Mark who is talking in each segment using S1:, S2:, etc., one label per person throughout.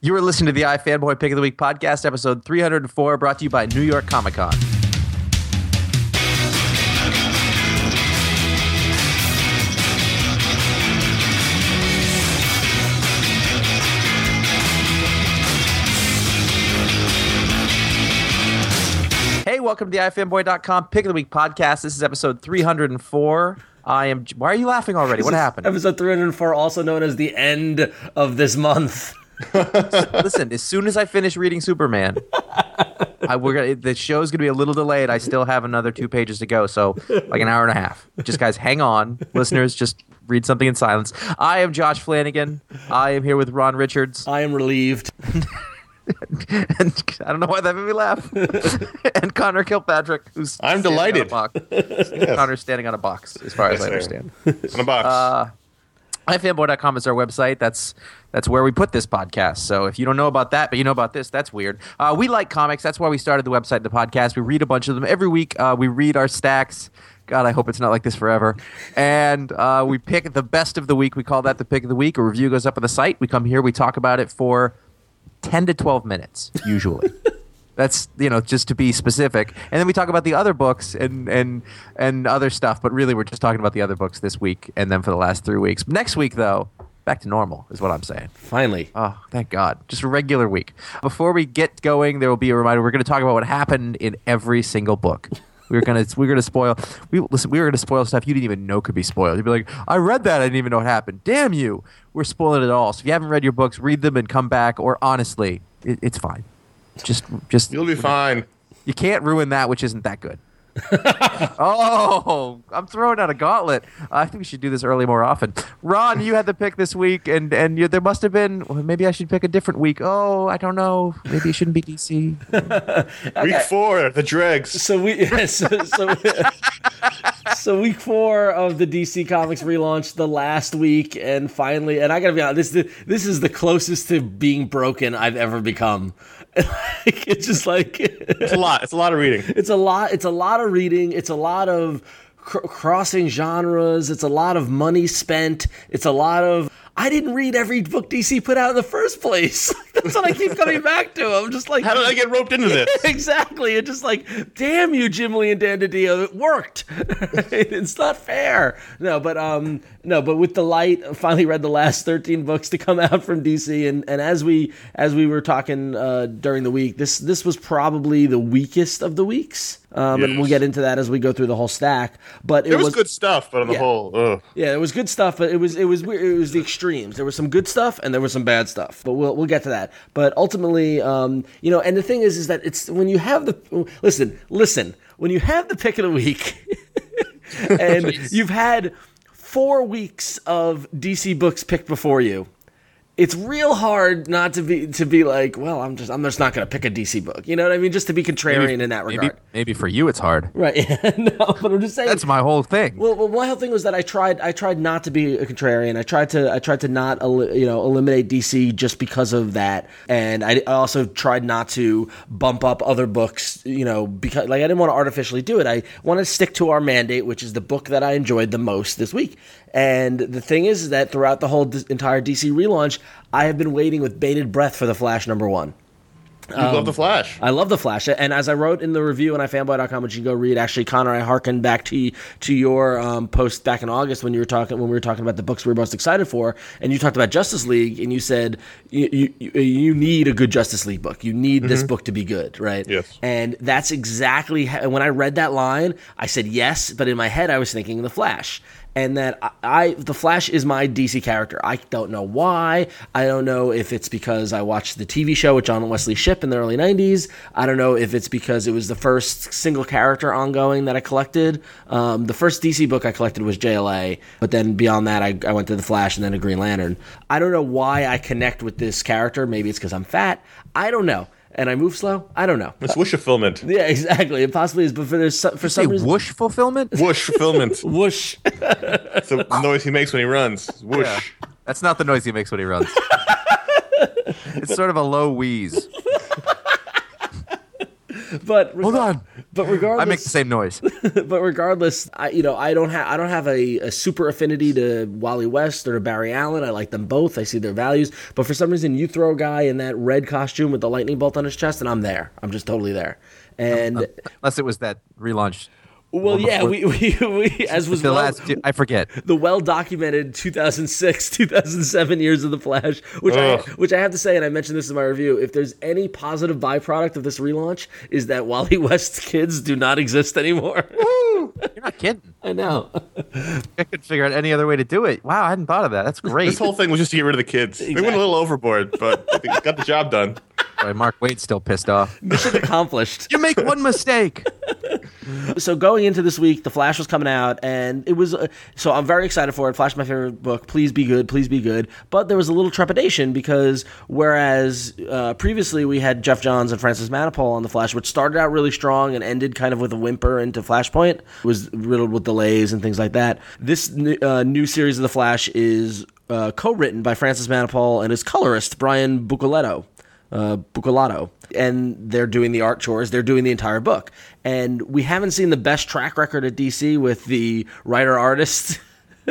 S1: You are listening to the iFanboy Pick of the Week podcast, episode 304, brought to you by New York Comic Con. Hey, welcome to the iFanboy.com Pick of the Week podcast. This is episode 304. I am. Why are you laughing already? What happened?
S2: Episode 304, also known as the end of this month.
S1: Listen, as soon as I finish reading Superman, I, we're gonna, the show's going to be a little delayed. I still have another two pages to go, so like an hour and a half. Just guys, hang on, listeners. Just read something in silence. I am Josh Flanagan. I am here with Ron Richards.
S2: I am relieved.
S1: And I don't know why that made me laugh. and Connor Kilpatrick, who's
S3: I'm
S1: standing on a
S3: delighted.
S1: box. Connor's standing on a box, as far as I
S3: sir.
S1: understand.
S3: in a box.
S2: Uh,
S1: ifanboy.com is our website. That's that's where we put this podcast. So if you don't know about that, but you know about this, that's weird. Uh, we like comics. That's why we started the website and the podcast. We read a bunch of them every week. Uh, we read our stacks. God, I hope it's not like this forever. And uh, we pick the best of the week. We call that the pick of the week. A review goes up on the site. We come here. We talk about it for 10 to 12 minutes usually that's you know just to be specific and then we talk about the other books and and and other stuff but really we're just talking about the other books this week and then for the last three weeks next week though back to normal is what i'm saying
S2: Finally.
S1: oh thank god just a regular week before we get going there will be a reminder we're going to talk about what happened in every single book we were gonna we were gonna spoil we listen we were gonna spoil stuff you didn't even know could be spoiled. You'd be like, I read that, I didn't even know what happened. Damn you! We're spoiling it all. So if you haven't read your books, read them and come back. Or honestly, it, it's fine. Just just
S3: You'll be fine.
S1: you can't ruin that which isn't that good. oh, I'm throwing out a gauntlet. I think we should do this early more often. Ron, you had the pick this week, and and you, there must have been. Well, maybe I should pick a different week. Oh, I don't know. Maybe it shouldn't be DC.
S3: Week four, the dregs.
S2: So we so, so, so week four of the DC Comics relaunch, the last week, and finally, and I gotta be honest, this this is the closest to being broken I've ever become. Like, it's just like
S3: It's a lot. It's a lot of reading.
S2: it's a lot it's a lot of reading it's a lot of cr- crossing genres it's a lot of money spent it's a lot of i didn't read every book dc put out in the first place that's what i keep coming back to i'm just like
S3: How did I get roped into this?
S2: exactly it's just like damn you jim lee and dan didio it worked it's not fair no but um no but with the light I finally read the last 13 books to come out from dc and and as we as we were talking uh during the week this this was probably the weakest of the weeks um and we'll
S3: Yes.
S2: get into that as we go through the whole stack but it
S3: There was good stuff, but on the
S2: Yeah.
S3: whole, ugh.
S2: yeah, it was good stuff, but it was it was weird. It was the extremes. There was some good stuff and there was some bad stuff. But we'll we'll get to that. But ultimately, um, you know, and the thing is, is that it's when you have the listen, listen. When you have the pick of the week, and you've had four weeks of DC books picked before you, it's real hard not to be to be like, well, I'm just I'm just not going to pick a DC book. You know what I mean? Just to be contrarian in that regard,
S1: Maybe maybe for you it's hard.
S2: right? no, but I'm just saying
S1: That's my whole thing.
S2: well, well, one whole thing was that I tried. I tried not to be a contrarian. I tried to. I tried to not, el- you know, eliminate DC just because of that. And I, I also tried not to bump up other books. You know, because like I didn't want to artificially do it. I want to stick to our mandate, which is the book that I enjoyed the most this week. And the thing is that throughout the whole d- entire DC relaunch, I have been waiting with bated breath for the Flash number one.
S3: you love
S2: Um,
S3: the Flash.
S2: I love the Flash, and as I wrote in the review on ifanboy.com, which you go read, actually, Connor, I hearkened back to to your um, post back in August when you were talking when we were talking about the books we were most excited for, and you talked about Justice League, and you said you you, you need a good Justice League book, you need this book to be good, right?
S3: Yes.
S2: And that's exactly how, when I read that line, I said yes, but in my head I was thinking the Flash. And that I, I, the Flash is my DC character. I don't know why. I don't know if it's because I watched the TV show with John Wesley Shipp in the early '90s. I don't know if it's because it was the first single character ongoing that I collected. Um, the first DC book I collected was JLA, but then beyond that, I, I went to the Flash and then a Green Lantern. I don't know why I connect with this character. Maybe it's because I'm fat. I don't know. And I move slow. I don't know.
S3: It's whoosh fulfillment.
S2: Yeah, exactly. It possibly is, but for, there's some, for
S1: Say
S2: some reason,
S1: whoosh fulfillment.
S3: Whoosh fulfillment.
S2: whoosh.
S3: It's the noise he makes when he runs. Whoosh.
S1: That's not the noise he makes when he runs. it's sort of a low wheeze.
S2: But
S1: Hold on.
S2: But regardless,
S1: I make the same noise.
S2: but regardless, I you know I don't have I don't have a, a super affinity to Wally West or to Barry Allen. I like them both. I see their values. But for some reason, you throw a guy in that red costume with the lightning bolt on his chest, and I'm there. I'm just totally there. And
S1: Unless it was that relaunch.
S2: well, yeah, we, we, we as was
S1: The
S2: well-
S1: last, two- I forget.
S2: the well documented 2006 2007 years of the Flash, which I,
S3: Ugh.
S2: which I have to say, and I mentioned this in my review. If there's any positive byproduct of this relaunch, is that Wally West's kids do not exist anymore.
S1: You're not kidding.
S2: I know
S1: I couldn't figure out any other way to do it. Wow, I hadn't thought of that. That's great.
S3: This whole thing was just to get rid of the kids. They went a little overboard, but they got the job done.
S1: Boy, Mark Wade's still pissed off.
S2: mission accomplished.
S1: You make one mistake.
S2: So going into this week, The Flash was coming out, and it was uh, so I'm very excited for it. Flash, my favorite book. Please be good, please be good. But there was a little trepidation because whereas uh, previously we had Jeff Johns and Francis Manipal on The Flash, which started out really strong and ended kind of with a whimper into Flashpoint, was riddled with delays and things like that. This n- uh, new series of The Flash is uh, co-written by Francis Manipal and his colorist Brian Bucoletto uh, Bucolato, and they're doing the art chores. They're doing the entire book, and we haven't seen the best track record at DC with the writer artist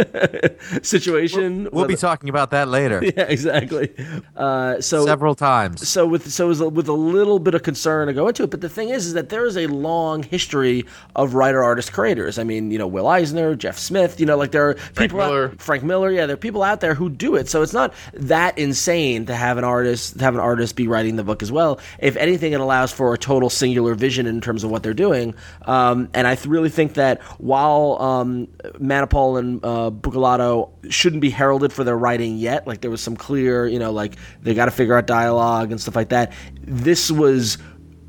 S2: situation.
S1: We'll be
S2: Whether-
S1: talking about that later.
S2: yeah, exactly. Uh, so
S1: Several times.
S2: so with so is with a little bit of concern to go into it. But the thing is, is that there is a long history of writer artist creators. I mean, you know, Will Eisner, Jeff Smith. You know, like there are people out-
S3: Miller.
S2: Frank Miller. Yeah, there are people out there who do it. So it's not that insane to have an artist to have an artist be writing the book as well. If anything, it allows for a total singular vision in terms of what they're doing. Um, and I th- really think that while um, Manipal and uh, Bucolato shouldn't be heralded for their writing yet, like there was some clear, you know, like they got to figure out dialogue and stuff like that. This was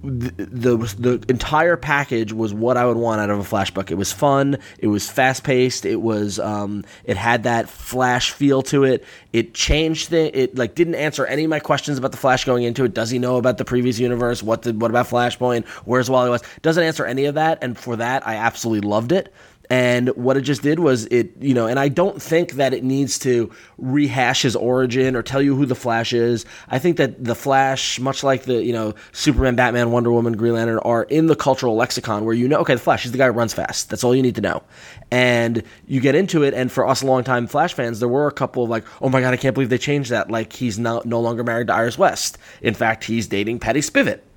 S2: the, the the entire package was what I would want out of a flash book. It was fun. It was fast paced. It was um, it had that flash feel to it. It changed thi- It like didn't answer any of my questions about the flash going into it. Does he know about the previous universe? What did what about Flashpoint? Where's Wally West? Doesn't answer any of that. And for that, I absolutely loved it. And what it just did was it, you know, and I don't think that it needs to rehash his origin or tell you who the Flash is. I think that the Flash, much like the, you know, Superman, Batman, Wonder Woman, Green Lantern, are in the cultural lexicon where you know, okay, the Flash, he's the guy who runs fast. That's all you need to know. And you get into it, and for us longtime Flash fans, there were a couple of like, oh my God, I can't believe they changed that. Like, he's not, no longer married to Iris West. In fact, he's dating Patty Spivot.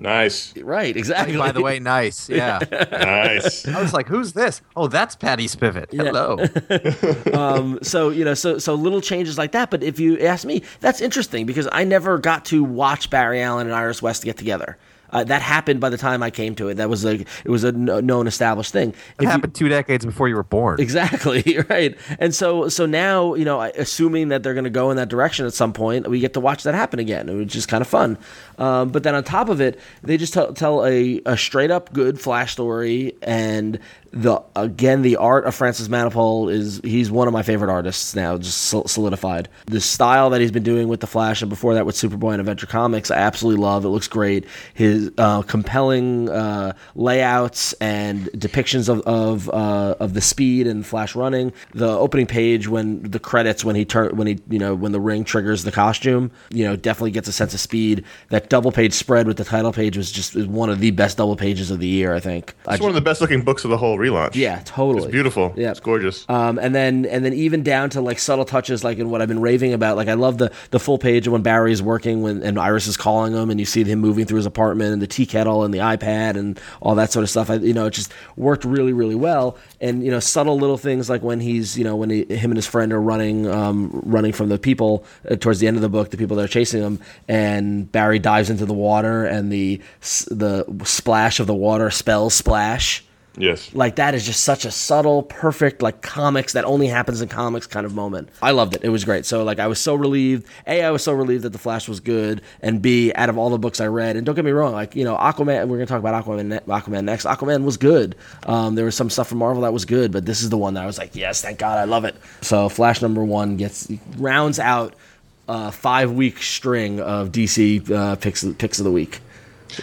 S3: Nice,
S2: Right, exactly.
S1: By the way, nice. Yeah.
S3: nice.
S1: I was like, who's this? Oh, that's Patty Spivot. Hello.
S2: so you know so so little changes like that but if you ask me that's interesting because i never got to watch barry allen and iris west get together uh, that happened by the time i came to it that was a it was a kn- known established thing If
S1: It
S2: you-
S1: happened two decades before you were born.
S2: Exactly right, and so so now you know, I- assuming that they're going to go in that direction at some point, we get to watch that happen again, which is kind of fun. Um, but then on top of it, they just tell, tell a, a straight up good Flash story, and the again the art of Francis Manipal is he's one of my favorite artists now, just sol- solidified. The style that he's been doing with the Flash and before that with Superboy and Adventure Comics, I absolutely love. It looks great. His uh, compelling uh, layouts and depictions of of, uh, of the speed and Flash running. The opening page when the credits when he turn when he you know when the ring triggers the costume, you know definitely gets a sense of speed. That double page spread with the title page was just is one of the best double pages of the year, I think. I
S3: It's one of the best looking books of the whole relaunch.
S2: yeah, totally.
S3: It's beautiful.
S2: Yeah.
S3: It's gorgeous.
S2: Um, and then and then even down to like subtle touches, like in what I've been raving about. Like I love the the full page when Barry's working when and Iris is calling him, and you see him moving through his apartment and the tea kettle and the iPad and all that sort of stuff. I, you know, it just worked really really well. And you know, subtle little things like when he's you know when he, him and his friend are running um, running from the people uh, towards the end of the book, the people that are chasing him, and Barry dives into the water, and the s- the splash of the water spells splash
S3: yes.
S2: like that is just such a subtle perfect like comics that only happens in comics kind of moment i loved it it was great so like i was so relieved a i was so relieved that the flash was good and b out of all the books i read and don't get me wrong like you know aquaman we're gonna talk about aquaman, ne- aquaman next aquaman was good um, there was some stuff from marvel that was good but this is the one that i was like yes thank god i love it so flash number one gets rounds out a five week string of dc uh, picks, picks of the week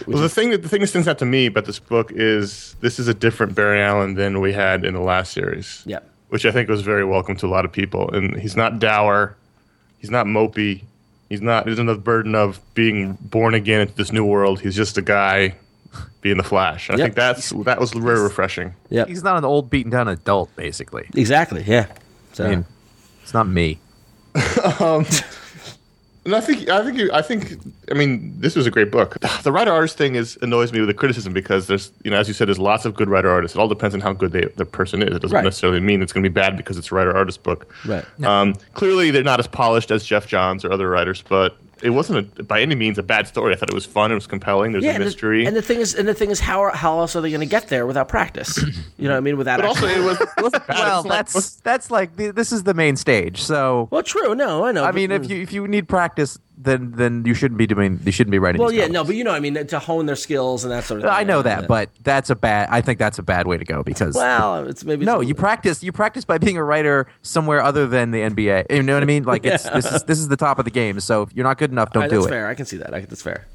S3: Well, the thing that the thing that stands out to me about this book is this is a different Barry Allen than we had in the last series.
S2: Yep.
S3: Which I think was very welcome to a lot of people. And he's not dour. He's not mopey. He's not. There's another burden of being born again into this new world. He's just a guy being the Flash. And I
S2: Yep.
S3: think that's that was very refreshing.
S2: Yeah.
S1: He's not an old, beaten down adult, basically.
S2: Exactly. Yeah. So
S1: I mean, it's not me.
S3: And I think I think you, I think I mean this was a great book. The writer artist thing is annoys me with the criticism because there's you know as you said there's lots of good writer artists. It all depends on how good they, the person is. It doesn't
S2: Right.
S3: necessarily mean it's going to be bad because it's a writer artist book.
S2: Right.
S3: Um, clearly they're not as polished as Jeff Johns or other writers, but it wasn't a, by any means a bad story. I thought it was fun. It was compelling. There's a
S2: and the-
S3: mystery.
S2: And the, thing is, and the thing is, how are, how else are they going to get there without practice? You know what I mean? Without
S3: but also
S2: actually-
S3: it was it wasn't bad.
S1: well,
S3: It's not-
S1: that's that's like the, this is the main stage. So
S2: well, mm. true. No, I know.
S1: I
S2: but-
S1: mean, if you if you need practice, then then you shouldn't be doing you shouldn't be writing.
S2: well,
S1: these
S2: yeah,
S1: comics.
S2: no, but you know, I mean, to hone their skills and that sort of. thing.
S1: I know
S2: right?
S1: that,
S2: Yeah.
S1: but that's a bad. I think that's a bad way to go because
S2: well, it's maybe
S1: no,
S2: it's-
S1: you practice. You practice by being a writer somewhere other than the NBA. You know what I mean? Like it's this is this is the top of the game. So if you're not good enough,
S2: All
S1: don't
S2: right,
S1: do
S2: that's
S1: it.
S2: fair. I can see that. I, that's fair.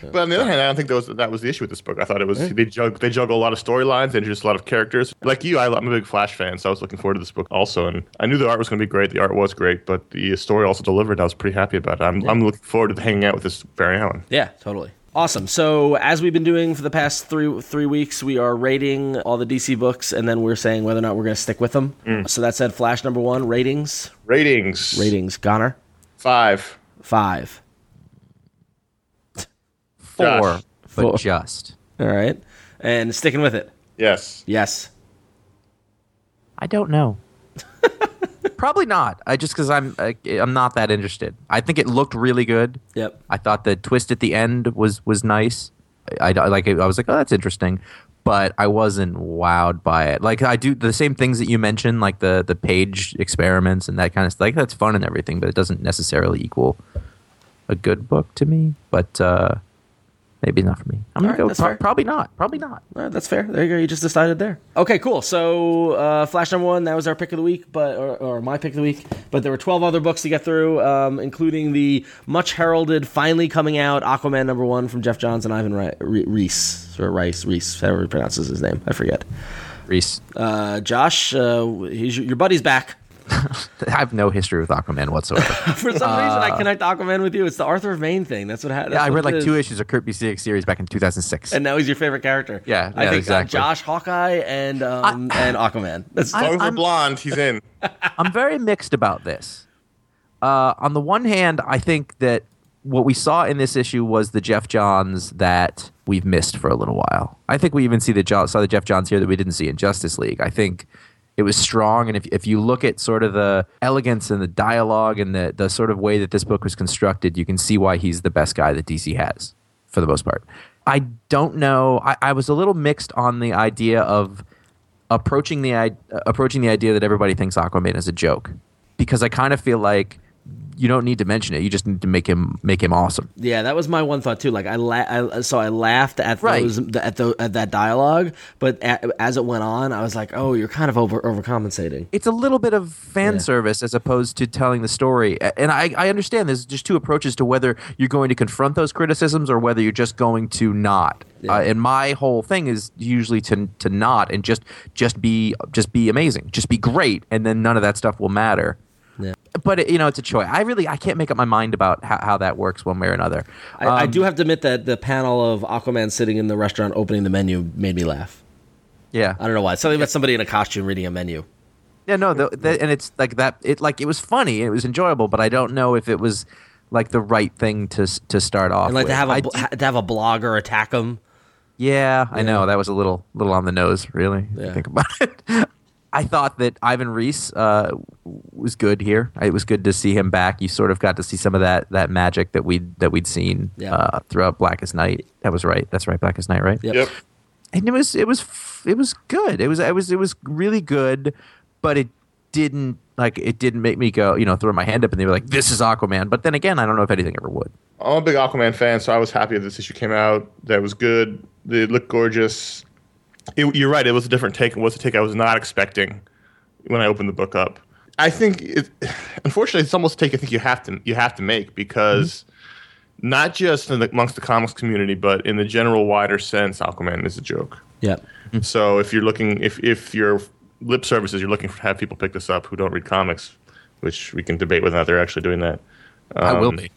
S3: But on the other hand, I don't think that was, that was the issue with this book. I thought it was they juggle they juggle a lot of storylines, they introduce a lot of characters. Like you, I, I'm a big Flash fan, so I was looking forward to this book also. And I knew the art was going to be great. The art was great, but the story also delivered. I was pretty happy about it. I'm, I'm looking forward to hanging out with this Barry Allen.
S2: Yeah, totally. Awesome. So as we've been doing for the past three three weeks, we are rating all the DC books, and then we're saying whether or not we're going to stick with them.
S1: Mm.
S2: So that said, Flash number one ratings
S3: Ratings
S2: ratings Goner
S3: five.
S2: five.
S1: Four,
S3: Josh.
S1: but
S2: Four.
S1: just.
S2: All right, and sticking with it.
S3: Yes.
S2: Yes.
S1: I don't know. Probably not. I just because I'm I, I'm not that interested. I think it looked really good.
S2: Yep.
S1: I thought the twist at the end was was nice. I, I like I was like, oh, that's interesting, but I wasn't wowed by it. Like I do the same things that you mentioned, like the the page experiments and that kind of stuff. Like that's fun and everything, but it doesn't necessarily equal a good book to me. But uh, maybe not for me. I'm
S2: All right,
S1: gonna go
S2: that's
S1: pro-
S2: fair.
S1: probably not. Probably not.
S2: All right, that's fair. There you go. You just decided there. Okay, cool. So, uh, Flash number one, that was our pick of the week, but or, or my pick of the week. But there were 12 other books to get through, um, including the much heralded, finally coming out Aquaman number one from Jeff Johns and Ivan Re- Re- Reese. Or Rice, Reese, however he pronounces his name. I forget.
S1: Reese,
S2: Uh, Josh, uh, he's, your buddy's back.
S1: I have no history with Aquaman whatsoever.
S2: For some reason, I connect Aquaman with you. It's the Arthur of Maine thing. That's what happened.
S1: Uh. yeah, I read like two issues of Kurt Busiek series back in 2006.
S2: And now he's your favorite character.
S1: Yeah,
S2: I
S1: yeah,
S2: think uh,
S1: exactly.
S2: Josh, Hawkeye, and um, and Aquaman. That's
S3: As long as we're
S1: I'm-
S3: blonde, he's in.
S1: I'm very mixed about this. Uh, on the one hand, I think that what we saw in this issue was the Jeff Johns that we've missed for a little while. I think we even see the jo- saw the Jeff Johns here that we didn't see in Justice League. I think it was strong, and if if you look at sort of the elegance and the dialogue and the the sort of way that this book was constructed, you can see why he's the best guy that DC has for the most part. I don't know. I, I was a little mixed on the idea of approaching the i- approaching the idea that everybody thinks Aquaman is a joke because I kind of feel like you don't need to mention it. You just need to make him make him awesome.
S2: Yeah, that was my one thought too. Like I, la- I so I laughed at
S1: Right.
S2: those th- at the at that dialogue, but a as it went on, I was like, "Oh, you're kind of over overcompensating."
S1: It's a little bit of fan service as opposed to telling the story. A- And I, I understand there's just two approaches to whether you're going to confront those criticisms or whether you're just going to not. Uh, and my whole thing is usually to to not and just just be just be amazing, just be great, and then none of that stuff will matter. But it, you know, it's a choice. I really I can't make up my mind about how, how that works one way or another. Um,
S2: I, I do have to admit that the panel of Aquaman sitting in the restaurant opening the menu made me laugh.
S1: Yeah,
S2: I don't know why. It's something about somebody in a costume reading a menu.
S1: Yeah, no, the, the, and it's like that. It like it was funny, it was enjoyable, but I don't know if it was like the right thing to s- to start off.
S2: And like
S1: with.
S2: to have
S1: I
S2: a bl-
S1: did-
S2: ha- to have a blogger attack him.
S1: yeah, I know that was a little little on the nose, really. if you
S2: Yeah.
S1: Think about it. I thought that Ivan Reese uh, was good here. It was good to see him back. You sort of got to see some of that that magic that we that we'd seen
S2: Yeah.
S1: uh, throughout Blackest Night. That was right. That's right. Blackest Night, right?
S3: Yep.
S1: and it was it was f- it was good. It was it was it was really good, but it didn't like it didn't make me go you know throw my hand up and they were like this is Aquaman. But then again, I don't know if anything ever would.
S3: I'm a big Aquaman fan, so I was happy that this issue came out. That it was good. It looked gorgeous. It, you're right. It was a different take. It was a take I was not expecting when I opened the book up. I think, it, unfortunately, it's almost a take I think you have to you have to make because not just in the, amongst the comics community, but in the general wider sense, Aquaman is a joke.
S2: Yep.
S3: So if you're looking, if if your lip services, you're looking for have people pick this up who don't read comics, which um, we can debate whether or not they're actually doing that
S1: I will be.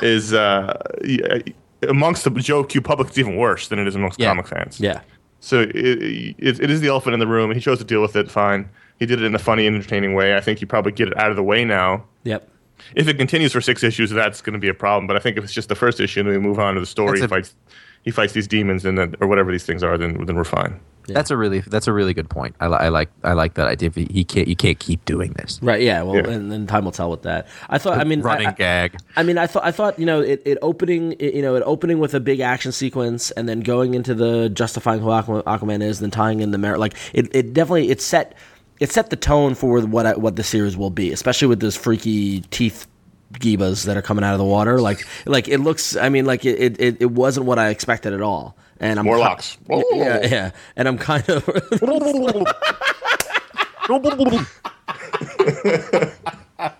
S3: is uh, y- amongst the Joe Q public, it's even worse than it is amongst
S1: Yeah.
S3: comic fans.
S2: Yeah.
S3: So it, it, it is the elephant in the room. He chose to deal with it. Fine. He did it in a funny and entertaining way. I think you probably get it out of the way now.
S2: Yep.
S3: If it continues for six issues, that's going to be a problem. But I think if it's just the first issue and we move on to the
S1: That's
S3: story, he
S1: a-
S3: fights, he fights these demons and then, or whatever these things are, then then we're fine.
S1: That's a really that's a really good point. I, li- I like I like that idea. He he can't you can't keep doing this
S2: Right. Yeah. Well,
S3: Yeah.
S2: and then time will tell with that. I thought. I mean,
S1: running
S2: I, I-
S1: gag.
S2: I mean, I thought. I thought you know it, it opening. It, you know it opening with a big action sequence and then going into the justifying who Aquaman, Aquaman is and then tying in the merit. Like it, it definitely it set it set the tone for what I, what the series will be, especially with those freaky teeth gibas that are coming out of the water. Like like it looks. I mean, like it it, it, it wasn't what I expected at all. And I'm
S3: Morlocks.
S2: Yeah,
S1: Oh.
S2: yeah. And I'm kind of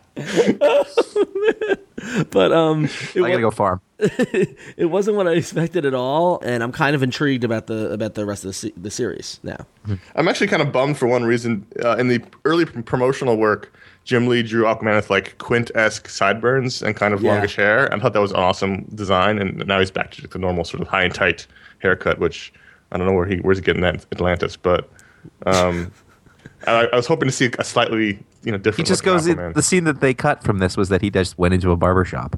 S2: but um it
S1: I
S2: wa-
S1: gotta go farm.
S2: it wasn't what I expected at all, and I'm kind of intrigued about the about the rest of the, se- the series now.
S3: I'm actually kind of bummed for one reason. Uh, in the early p- promotional work, Jim Lee drew Aquaman with like Quint-esque sideburns and kind of
S2: Yeah.
S3: longish hair. I thought that was an awesome design, and now he's back to the normal sort of high and tight haircut, which I don't know where he where's he getting that in Atlantis, but um, I, I was hoping to see a slightly you know different.
S1: He just
S3: look of
S1: goes. In,
S3: Aquaman.
S1: the scene that they cut from this was that he just went into a barber shop.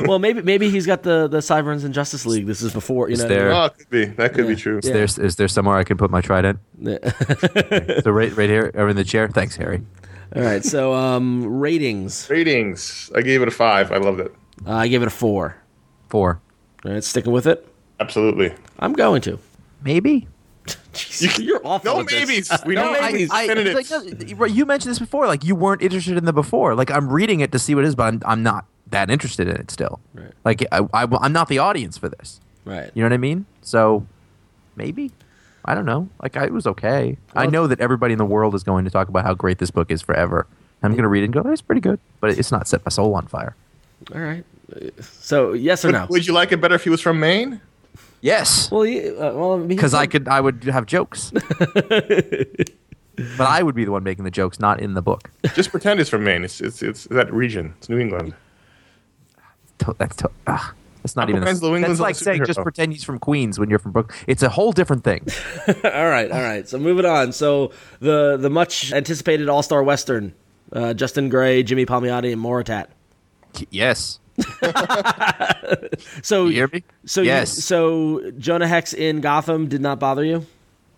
S2: well, maybe maybe he's got the the Cyberns and Justice League. This is before you know.
S1: there-
S3: Oh, it could be. That could be
S2: Yeah.
S3: true.
S1: There's is there somewhere I can put my trident? so right right here or in the chair. Thanks, Harry.
S2: All right, so um, ratings.
S3: Ratings. I gave it a five. I loved it.
S2: Uh, I give it a four.
S1: Four,
S2: All right, sticking with it.
S3: Absolutely.
S2: I'm going to.
S1: maybe.
S2: Jeez, you're awful.
S3: No
S2: with this.
S3: maybes. We
S2: No
S3: don't like
S2: maybes.
S3: these
S1: it's
S3: definitive.
S1: like, no, you mentioned this before. Like you weren't interested in the before. Like I'm reading it to see what it is, but I'm, I'm not that interested in it still.
S2: Right.
S1: Like I, I, am not the audience for this.
S2: Right.
S1: You know what I mean? So maybe I don't know. Like I, it was okay. I
S2: Well-
S1: know that everybody in the world is going to talk about how great this book is forever. I'm going to read it and go, it's pretty good, but it's not set my soul on fire.
S2: All right. So yes or no?
S3: Would you like it better if he was from Maine?
S1: Yes,
S2: well, you, uh, well, I mean,
S1: because I could, I would have jokes, but I would be the one making the jokes, not in the book.
S3: Just pretend it's from Maine. It's it's it's that region. It's New England.
S1: To- that's to- ah, that's not even.
S3: Aquaman's New
S1: A,
S3: England's
S1: that's like
S3: own
S1: saying just
S3: superhero.
S1: pretend he's from Queens when you're from Brooklyn. It's a whole different thing.
S2: all right, all right. So moving on. So the the much anticipated All Star Western, uh, Justin Gray, Jimmy Palmiotti, and Moritat.
S1: yes,
S2: So
S1: you hear me?
S2: So
S1: yes,
S2: you, so Jonah Hex in Gotham did not bother you?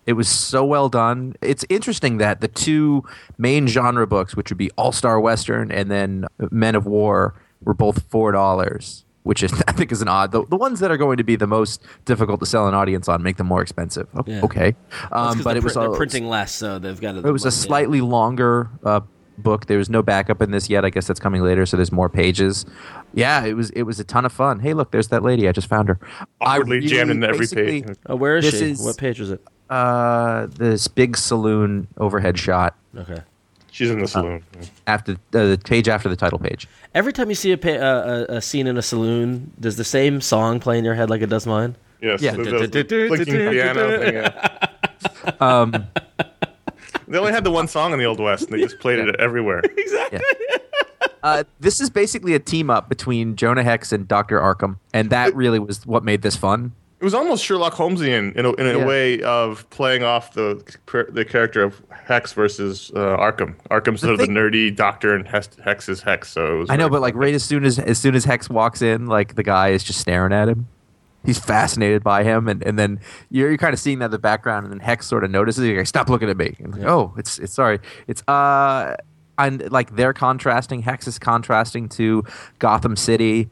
S1: It was so well done. It's interesting that the two main genre books, which would be All Star Western and then Men of War, were both four dollars, which is I think is an odd. The, the ones that are going to be the most difficult to sell an audience on make them more expensive. O-
S2: Yeah.
S1: Okay, um, but
S2: Because they're
S1: it was
S2: print-
S1: a-
S2: they're printing less, so they've got.
S1: It was a slightly longer uh, book. There was no backup in this yet. I guess that's coming later, so there's more pages. Yeah, it was it was a ton of fun. Hey, look, there's that lady. I just found her. I
S3: Awkwardly jammed
S1: really
S3: into every
S1: basically-
S3: page.
S2: Oh, where is
S1: This
S2: she?
S1: is-
S2: What page was it?
S1: uh, this big saloon overhead shot
S2: Okay.
S3: She's in the saloon.
S1: after uh, the page after the title page.
S2: Every time you see a, pa- uh, a a scene in a saloon, does the same song play in your head like it does mine?
S3: yes.
S1: Yeah.
S3: the- the- the clicking piano thing, yeah.
S1: Um,
S3: They only had the one song in the Old West, and they just played it everywhere.
S1: Uh, this is basically a team up between Jonah Hex and Doctor Arkham, and that really was what made this fun.
S3: It was almost Sherlock Holmesian in a, in a
S1: Yeah.
S3: way of playing off the the character of Hex versus uh, Arkham. Arkham's sort of
S1: thing-
S3: the nerdy doctor, and Hex, Hex is Hex. So it was
S1: I know,
S3: very-
S1: but like right as soon as as soon as Hex walks in, like the guy is just staring at him. He's fascinated by him, and, and then you're, you're kind of seeing that in the background, and then Hex sort of notices. He's like, "Stop looking at me!" And like, oh, it's it's sorry, it's uh, and like they're contrasting. Hex is contrasting to Gotham City.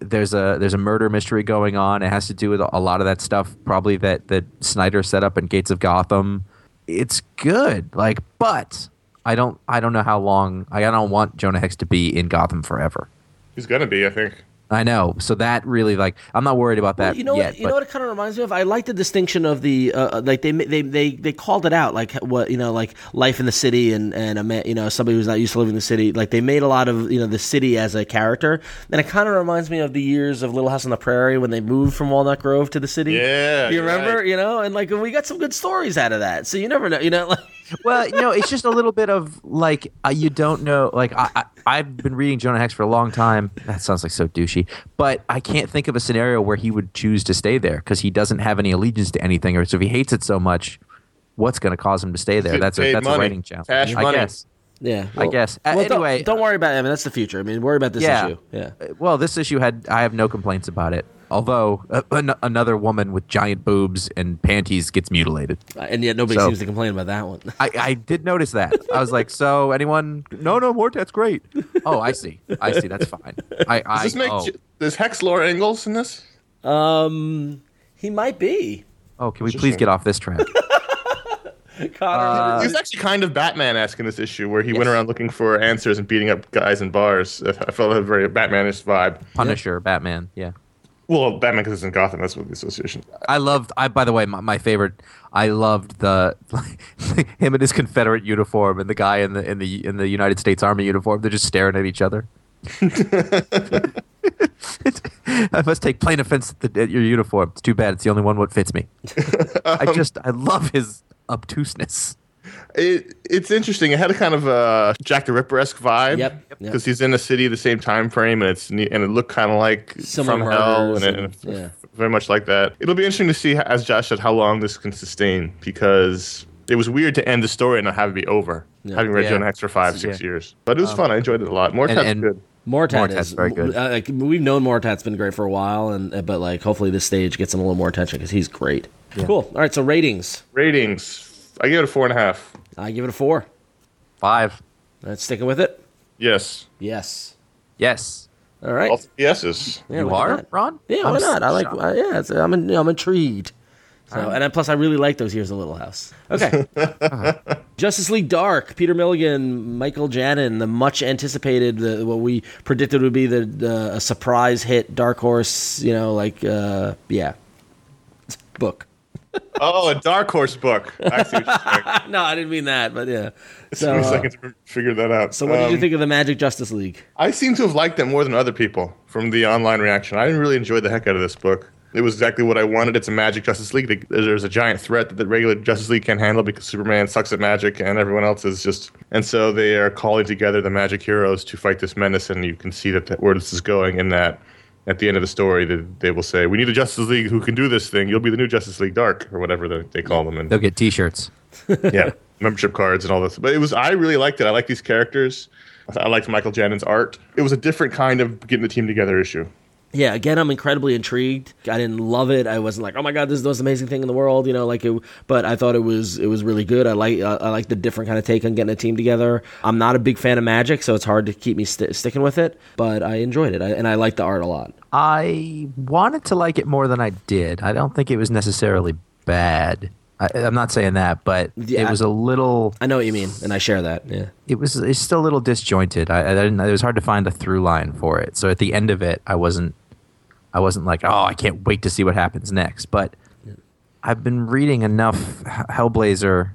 S1: There's a there's a murder mystery going on. It has to do with a lot of that stuff, probably that that Snyder set up in Gates of Gotham. It's good, like, but I don't I don't know how long I don't want Jonah Hex to be in Gotham forever.
S3: he's gonna be. I think.
S1: I know. So that really like I'm not worried about that
S2: Well, you know
S1: yet.
S2: what? You know what? It kind of reminds me of. I like the distinction of the uh, like they they they they called it out like what you know like life in the city and and a man, you know somebody who's not used to living in the city. Like they made a lot of you know the city as a character, and it kind of reminds me of the years of Little House on the Prairie when they moved from Walnut Grove to the city.
S3: Yeah,
S2: you
S3: you're
S2: remember?
S3: right.
S2: You know, and like we got some good stories out of that. So you never know. You know, like
S1: well, no, it's just a little bit of like uh, you don't know. Like I, I, I've been reading Jonah Hex for a long time. That sounds like so douchey, but I can't think of a scenario where he would choose to stay there because he doesn't have any allegiance to anything, or so if he hates it so much, what's going to cause him to stay there?
S3: Get
S1: That's a
S3: paid
S1: that's a
S3: money.
S1: writing challenge.
S3: Cash
S1: I
S3: money.
S1: guess.
S2: Yeah,
S1: I guess. Uh,
S2: don't-
S1: anyway-
S2: don't, worry about it. I mean, that's the future. I mean, worry about this
S1: Yeah.
S2: issue. Yeah,
S1: Uh, Well, this issue had I have no complaints about it. Although uh, an- another woman with giant boobs and panties gets mutilated.
S2: Uh, and yet nobody
S1: So-
S2: seems to complain about that one.
S1: I, I did notice that. I was like, so anyone? No, no, Mortet's great. Oh, I see. I see. That's fine. I, I
S3: Does this make
S1: oh.
S3: J- does Hex Laura Ingalls in this?
S2: Um, he might be
S1: oh, can we please get off this track?
S2: Connor.
S1: Uh,
S3: he was actually kind of Batman asking this issue, where he went
S2: Yes.
S3: around looking for answers and beating up guys in bars. I I felt a very Batmanish vibe.
S1: Punisher, Batman. Yeah,
S3: Well, Batman because it's in Gotham. That's what the association.
S1: I loved. I by the way, my, my favorite. I loved the him in his Confederate uniform and the guy in the in the in the United States Army uniform. They're just staring at each other. I must take plain offense at, the, at your uniform. It's too bad. It's the only one what fits me. I just I love his obtuseness.
S3: It, it's interesting. It had a kind of uh, Jack the Ripper esque vibe.
S2: Yep, yep.
S3: Because he's in a city at the same time frame, and it's ne- and it looked kind of like
S2: Similar
S3: from hell,
S2: murders
S3: and, it-
S2: and-
S3: and it-
S2: yeah.
S3: very much like that. It'll be interesting to see, as Josh said, how long this can sustain because it was weird to end the story and not have it be over. Having read
S1: Yeah.
S3: Jonah Hex for five, six years, but it
S2: Um,
S3: was fun. I enjoyed it a lot. More
S1: and-
S3: times
S1: and-
S3: good.
S2: Mortat
S1: Mortat's
S2: is
S1: very good.
S2: Uh, like we've known Mortat's been great for a while, and uh, but like hopefully this stage gets him a little more attention because he's great. Cool. All right, so ratings.
S3: Ratings. I give it a four and a half.
S2: I give it a four.
S1: Five.
S2: That's sticking with it.
S3: Yes.
S2: Yes.
S1: Yes.
S2: All right.
S3: All three yeses.
S2: Yeah,
S1: You
S2: look at
S1: are,
S2: that.
S1: Ron?
S2: Yeah, why
S1: I'm
S2: not? I like.
S1: shocked.
S2: I, yeah, it's, I'm. In, I'm intrigued. So, and then plus, I really like those years of Little House. Okay.
S1: Uh-huh.
S2: Justice League Dark, Peter Milligan, Michael Janin, the much anticipated, the, what we predicted would be the, the a surprise hit, Dark Horse. You know, like uh, yeah, book.
S3: Oh, a Dark Horse book. I see what you're saying.
S2: No, I didn't mean that, but yeah.
S3: Took
S2: So,
S3: me
S2: uh,
S3: a second to figure that out.
S2: so what did you
S3: Um,
S2: think of the Magic Justice League?
S3: I seem to have liked it more than other people from the online reaction. I didn't really enjoy the heck out of this book. It was exactly what I wanted. It's a Magic Justice League. They- There's a giant threat that the regular Justice League can't handle because Superman sucks at magic and everyone else is just. And so they are calling together the magic heroes to fight this menace. And you can see that that where this is going, and that at the end of the story, they, they will say, "We need a Justice League who can do this thing. You'll be the new Justice League Dark or whatever they, they call them." And
S1: They'll get T-shirts.
S3: yeah, membership cards and all this. But it was I really liked it. I like these characters. I liked Michael Janin's art. It was a different kind of getting the team together issue.
S2: yeah again i'm incredibly intrigued i didn't love it i wasn't like oh my god this is the most amazing thing in the world you know like it but i thought it was it was really good i like i, I like the different kind of take on getting a team together i'm not a big fan of magic so it's hard to keep me st- sticking with it but i enjoyed it I, and i liked the art a lot
S1: I wanted to like it more than I did. I don't think it was necessarily bad. I, I'm not saying that, but
S2: Yeah.
S1: it was a little.
S2: i know what you mean and i share that yeah
S1: It was. It's still a little disjointed. I, I didn't. It was hard to find a through line for it. So at the end of it, I wasn't. I wasn't like, oh, I can't wait to see what happens next. But I've been reading enough H- Hellblazer,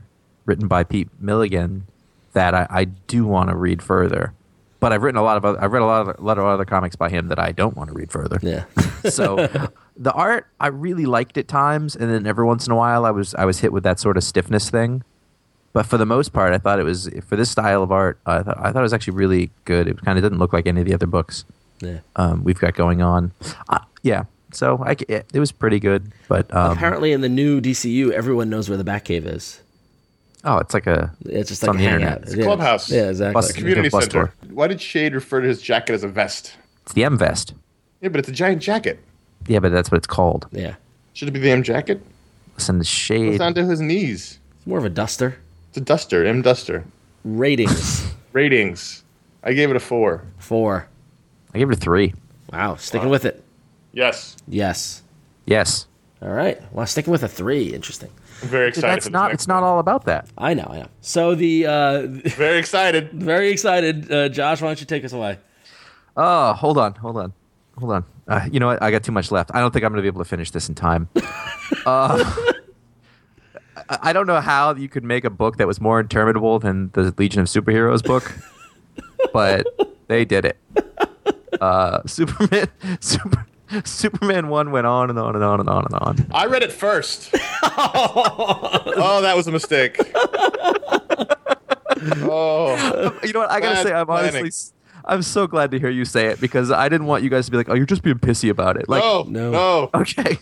S1: written by Pete Milligan, that I, I do want to read further. But I've written a lot of. Other, I've read a lot of a lot of other comics by him that I don't want to read further
S2: yeah
S1: so the art I really liked at times, and then every once in a while I was I was hit with that sort of stiffness thing. But for the most part, I thought it was for this style of art. I thought I thought it was actually really good. It kind of didn't look like any of the other books
S2: yeah
S1: um, we've got going on. Uh, yeah, so I c it, it was pretty good. But um,
S2: apparently in the new dcu everyone knows where the batcave is
S1: oh, it's like a
S2: it's
S1: It's
S2: just like
S1: on
S2: a
S1: the internet.
S2: hangout.
S1: It's
S2: yeah.
S3: Clubhouse.
S2: yeah exactly
S1: Bus-
S3: Community
S1: Bus
S3: center. Why did Shade refer to his jacket as a vest?
S1: it's the M vest.
S3: Yeah, but it's a giant jacket.
S1: Yeah, but that's what it's called.
S2: yeah
S3: Should it be the M jacket?
S1: Listen, the
S3: It's
S1: shade.
S3: down to his knees.
S2: it's more of a duster
S3: It's a duster. M duster.
S2: ratings
S3: Ratings. I gave it a four.
S2: four
S1: I give it a three.
S2: wow sticking with it
S3: Yes.
S2: yes
S1: Yes,
S2: All right. Well, sticking with a three. Interesting.
S3: I'm very excited.
S1: that's
S3: for this
S1: not.
S3: next
S1: It's not all about that.
S2: I know. I know. So the uh,
S3: one. Very excited.
S2: very excited uh, Josh. Why don't you take us away?
S1: Oh, hold on, hold on, hold on. Uh, you know what? I got too much left. I don't think I'm going to be able to finish this in time. uh, I- I don't know how you could make a book that was more interminable than the Legion of Superheroes book, but they did it. Uh, Superman, Super, Superman one went on and on and on and on and on.
S3: I read it first. oh, that was a mistake. Oh,
S1: you know what? I gotta
S3: Bad
S1: say, I'm honestly,
S3: planning.
S1: s- I'm so glad to hear you say it because I didn't want you guys to be like, "Oh, you're just being pissy about it." Like,
S3: no,
S2: no.
S3: no, no,
S1: okay,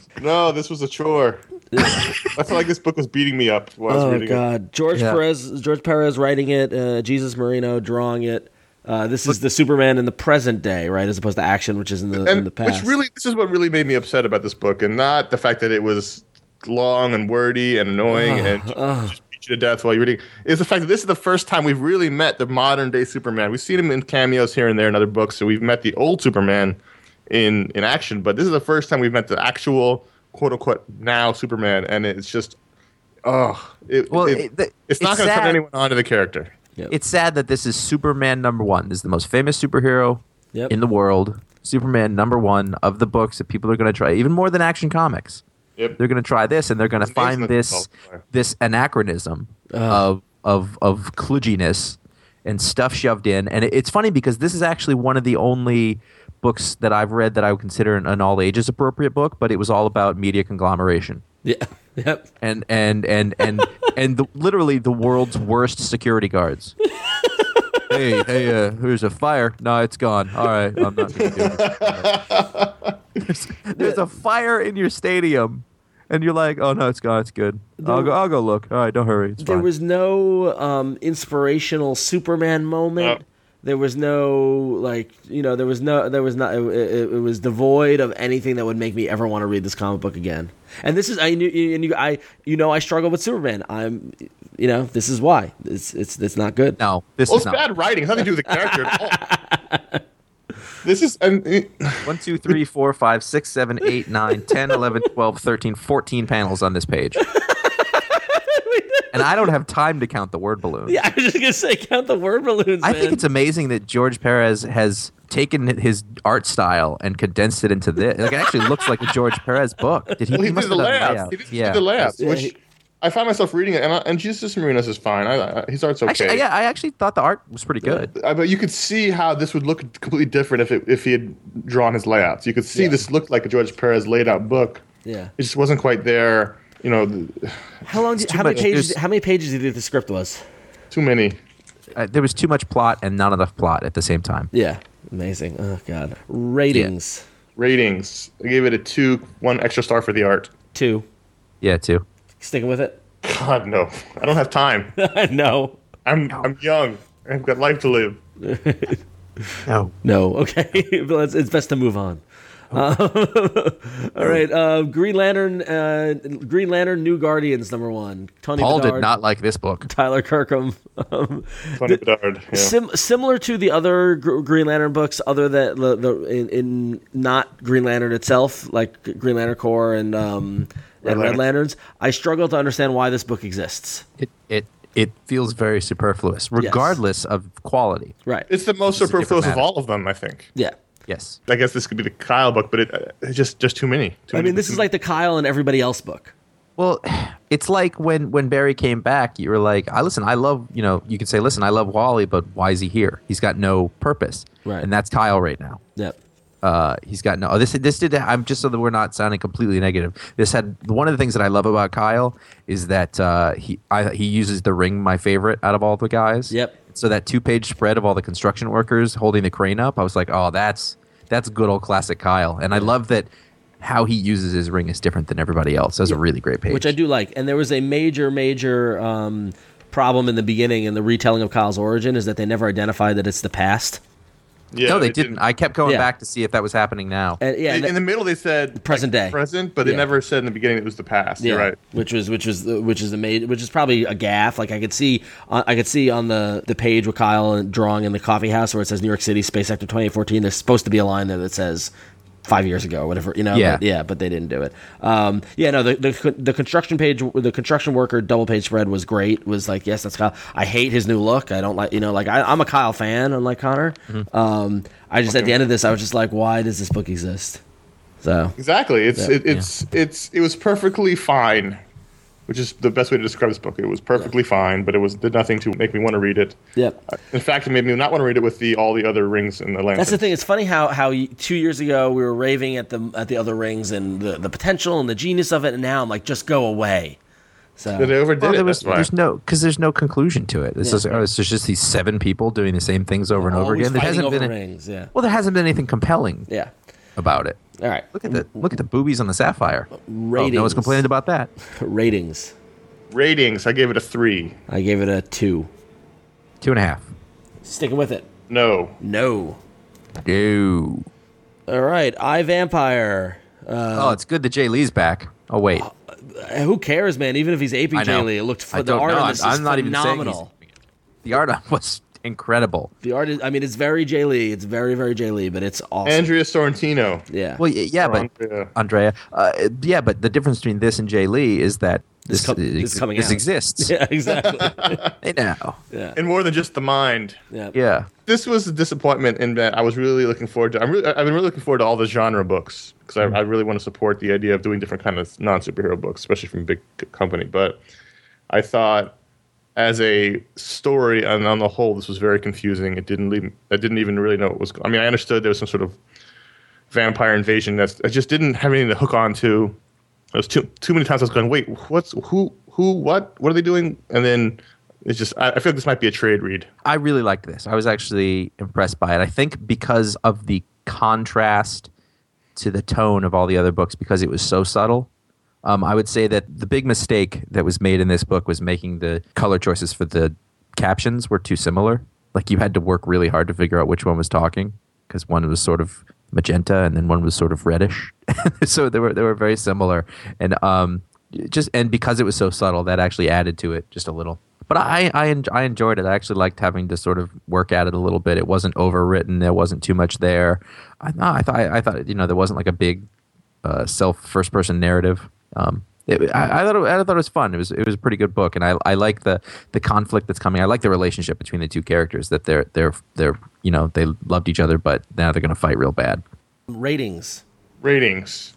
S3: This was a chore. I felt like this book was beating me up while I was
S2: Oh
S3: reading it.
S2: God, George
S1: Yeah.
S2: Perez, George Perez writing it, uh, Jesus Marino drawing it. Uh, this is the Superman in the present day, right, as opposed to action, which is in the in
S3: And
S2: the past.
S3: which really, this is what really made me upset about this book, and not the fact that it was long and wordy and annoying and just, just beat you to death while you're reading. Is the fact that this is the first time we've really met the modern day Superman. We've seen him in cameos here and there in other books, so we've met the old Superman in in action, but this is the first time we've met the actual quote unquote now Superman, and it's just. Oh, it,
S1: Well,
S3: it-
S1: it- the-
S3: it's not
S1: it's
S3: going to turn
S1: sad.
S3: anyone onto the character.
S1: it's sad that this is Superman number one. This is the most famous superhero
S2: Yep.
S1: in the world. Superman number one of the books that people are going to try, even more than Action Comics.
S3: Yep.
S1: They're going to try this, and they're going to
S3: It's amazing
S1: find
S3: that it's
S1: this
S3: called-
S1: this anachronism of of of kludginess and stuff shoved in. And it, it's funny because this is actually one of the only books that I've read that I would consider an, an all ages appropriate book, but it was all about media conglomeration
S2: yeah, yep.
S1: and and and and and the, literally the world's worst security guards. hey, hey, uh, here's a fire. No, it's gone. All right, I'm not gonna do it. There's, there's a fire in your stadium, and you're like, oh no, it's gone. It's good. I'll go. I'll go look. All right, don't hurry. It's
S2: There
S1: fine.
S2: was no um, inspirational Superman moment.
S3: No.
S2: There was no like you know there was no there was not it, it, it was devoid of anything that would make me ever want to read this comic book again. And this is I knew and you I you know I struggle with Superman. I'm you know this is why it's it's it's not good.
S1: no, this
S3: Well,
S1: is
S3: it's
S1: not.
S3: bad writing. It's nothing to do with the character at all. This is and it-
S1: One, two, three, four, five, six, seven, eight, nine, 10, 11, 12, 13, 14 panels on this page. And I don't have time to count the word balloon.
S2: Yeah, I was just gonna say count the word balloons.
S1: I
S2: man.
S1: think it's amazing that George Perez has taken his art style and condensed it into this. Like, it actually looks like a George Perez book. Did he?
S3: well, he
S1: must
S3: did the
S1: have done
S3: layouts.
S1: layout.
S3: He did,
S1: yeah.
S3: did the layouts,
S2: Yeah,
S3: which
S2: uh, he-
S3: I find myself reading it, and, I, and Jesus Marinos is fine. I, I, his art's okay.
S1: Actually, uh, yeah, I actually thought the art was pretty good.
S3: I, but you could see how this would look completely different if it, if he had drawn his layouts. You could see
S2: Yeah.
S3: this looked like a George Perez laid out book.
S2: yeah.
S3: It just wasn't quite there. You know, th-
S2: How long? Did, how many
S1: much.
S2: pages?
S1: There's-
S2: How many pages do you think the script was?
S3: too many.
S1: Uh, there was too much plot and not enough plot at the same time.
S2: Yeah, amazing. Oh god, ratings
S3: Ratings. I gave it a two, one extra star for the art.
S2: two.
S1: Yeah, too.
S2: Sticking with it.
S3: God no, I don't have time.
S2: no.
S3: I'm I'm young. I've got life to live.
S1: No.
S2: No. Okay. But let's- it's best to move on. Um, all right. Uh, Green Lantern. Uh, Green Lantern. New Guardians. Number one. Tony.
S1: Paul did
S2: Bedard,
S1: not like this book.
S2: Tyler Kirkham. Um,
S3: Tony Bedard. Yeah.
S2: Sim- similar to the other Gr- Green Lantern books, other than the, the in, in not Green Lantern itself, like G- Green Lantern Corps and um, and Red
S3: Lantern.
S2: Lanterns, I struggle to understand why this book exists.
S1: It it it feels very superfluous, regardless of quality.
S2: Right.
S3: It's the most
S1: It's a different
S3: superfluous of
S1: matter.
S3: all of them, I think.
S2: yeah.
S1: Yes.
S3: I guess this could be the Kyle book, but it, uh, it's just just too many.
S2: I
S3: Too many-
S2: mean, this
S3: too
S2: is
S3: many.
S2: like the Kyle and everybody else book.
S1: Well, it's like when when Barry came back, you were like, "I listen, I love you know." You could say, "Listen, I love Wally, but why is he here? He's got no purpose."
S2: Right.
S1: And that's Kyle right now.
S2: Yep.
S1: Uh, he's got no. Oh, this this did. I'm just so that we're not sounding completely negative. This had one of the things that I love about Kyle is that uh, he I, he uses the ring, my favorite out of all the guys.
S2: Yep.
S1: So that two page spread of all the construction workers holding the crane up, I was like, "Oh, that's that's good old classic Kyle." And I love that. How he uses his ring is different than everybody else. That's a really great page.
S2: which I do like. And there was a major, major um, problem in the beginning in the retelling of Kyle's origin is that they never identified that it's the past.
S3: yeah,
S1: no, they didn't. I kept going
S2: Yeah.
S1: back to see if that was happening now.
S2: And yeah, and
S3: in, in
S2: that-
S3: the middle, they said
S2: Present
S3: like,
S2: day.
S3: present, but
S2: Yeah.
S3: they never said in the beginning it was the past.
S2: yeah,
S3: You're right.
S2: which was which was the- which is the ma- which is probably a gaff. Like I could see, uh, I could see on the the page with Kyle and drawing in the coffee house where it says New York City Space Sector 2014. There's supposed to be a line there that says. Five years ago, whatever you know,
S1: Yeah.
S2: but, yeah, but they didn't do it. Um, yeah, no, the, the the construction page, the construction worker double page spread was great. Was like, yes, that's Kyle. I hate his new look. I don't like, you know, like I, I'm a Kyle fan, unlike Connor.
S3: Mm-hmm.
S2: Um, I just at the end of this, I was just like, why does this book exist? So
S3: Exactly. It's
S2: Yeah.
S3: it, it's it's it was perfectly fine, which is the best way to describe this book. It was perfectly fine, but it was did nothing to make me want to read it. Uh,
S2: yep.
S3: In fact, it made me not want to read it with the all the other rings in the lantern.
S2: That's the thing. It's funny how how y- two years ago we were raving at the at the other rings and the, the potential and the genius of it, and now I'm like, just go away. So
S3: They overdid
S1: Well,
S3: it.
S1: there was,
S3: that's why.
S1: there's no because there's no conclusion to it. It's just oh, it's just these seven people doing the same things over and over
S2: always
S1: again. There
S2: fighting
S1: hasn't
S2: over
S1: been a-
S2: rings. Yeah.
S1: well, there hasn't been anything compelling
S2: Yeah.
S1: about it.
S2: All right.
S1: Look at the look at the boobies on the sapphire. Oh, no one's
S2: Uh, Ratings.
S1: complaining about that.
S2: Ratings.
S3: ratings. I gave it a three.
S2: I gave it a two.
S1: Two and a half.
S2: Sticking with it.
S3: No,
S2: No.
S1: No.
S2: All right. I Vampire. Uh,
S1: oh, it's good that Jay Lee's back. Oh wait,
S2: Who cares, man? Even if he's
S1: I know.
S2: APJ Lee, it looked
S1: I
S2: f- the
S1: don't
S2: art
S1: know.
S2: on this
S1: I'm,
S2: is
S1: I'm not even saying
S2: phenomenal.
S1: he's- the art on was incredible.
S2: the art is, I mean, it's very J Lee. It's very, very J Lee, but it's awesome.
S3: Andrea Sorrentino.
S2: yeah.
S1: Well, y- yeah,
S3: Or
S1: but
S3: Andrea.
S1: Andrea, uh, yeah, but the difference between this and Jay Lee is that this
S2: It's com- it's coming
S1: this
S2: out.
S1: exists.
S2: yeah, exactly.
S1: Hey now,
S2: yeah.
S3: And more than just the mind.
S2: Yeah.
S1: yeah.
S3: This was a disappointment in that I was really looking forward to. I'm really, I've been really looking forward to all the genre books because I, I really want to support the idea of doing different kind of non superhero books, especially from a big c- company. But I thought, as a story and on the whole, this was very confusing. It didn't leave. I didn't even really know what was. go- I mean, I understood there was some sort of vampire invasion. That's I just didn't have anything to hook on to. It was too too many times I was going, wait, what's who who what what are they doing? And then it's just I, I feel like this might be a trade read.
S1: I really liked this. I was actually impressed by it. I think because of the contrast to the tone of all the other books, because it was so subtle. Um, I would say that the big mistake that was made in this book was making the color choices for the captions were too similar. Like you had to work really hard to figure out which one was talking because one was sort of magenta and then one was sort of reddish. so they were they were very similar, and um, just and because it was so subtle, that actually added to it just a little. But I I, en- I enjoyed it. I actually liked having to sort of work at it a little bit. It wasn't overwritten. There wasn't too much there. I, I thought I thought you know there wasn't like a big uh, self first person narrative. Um, it, I, I thought it, I thought it was fun. It was it was a pretty good book, and I I like the the conflict that's coming. I like the relationship between the two characters that they're they're they're you know they loved each other, but now they're gonna fight real bad.
S2: Ratings.
S3: ratings.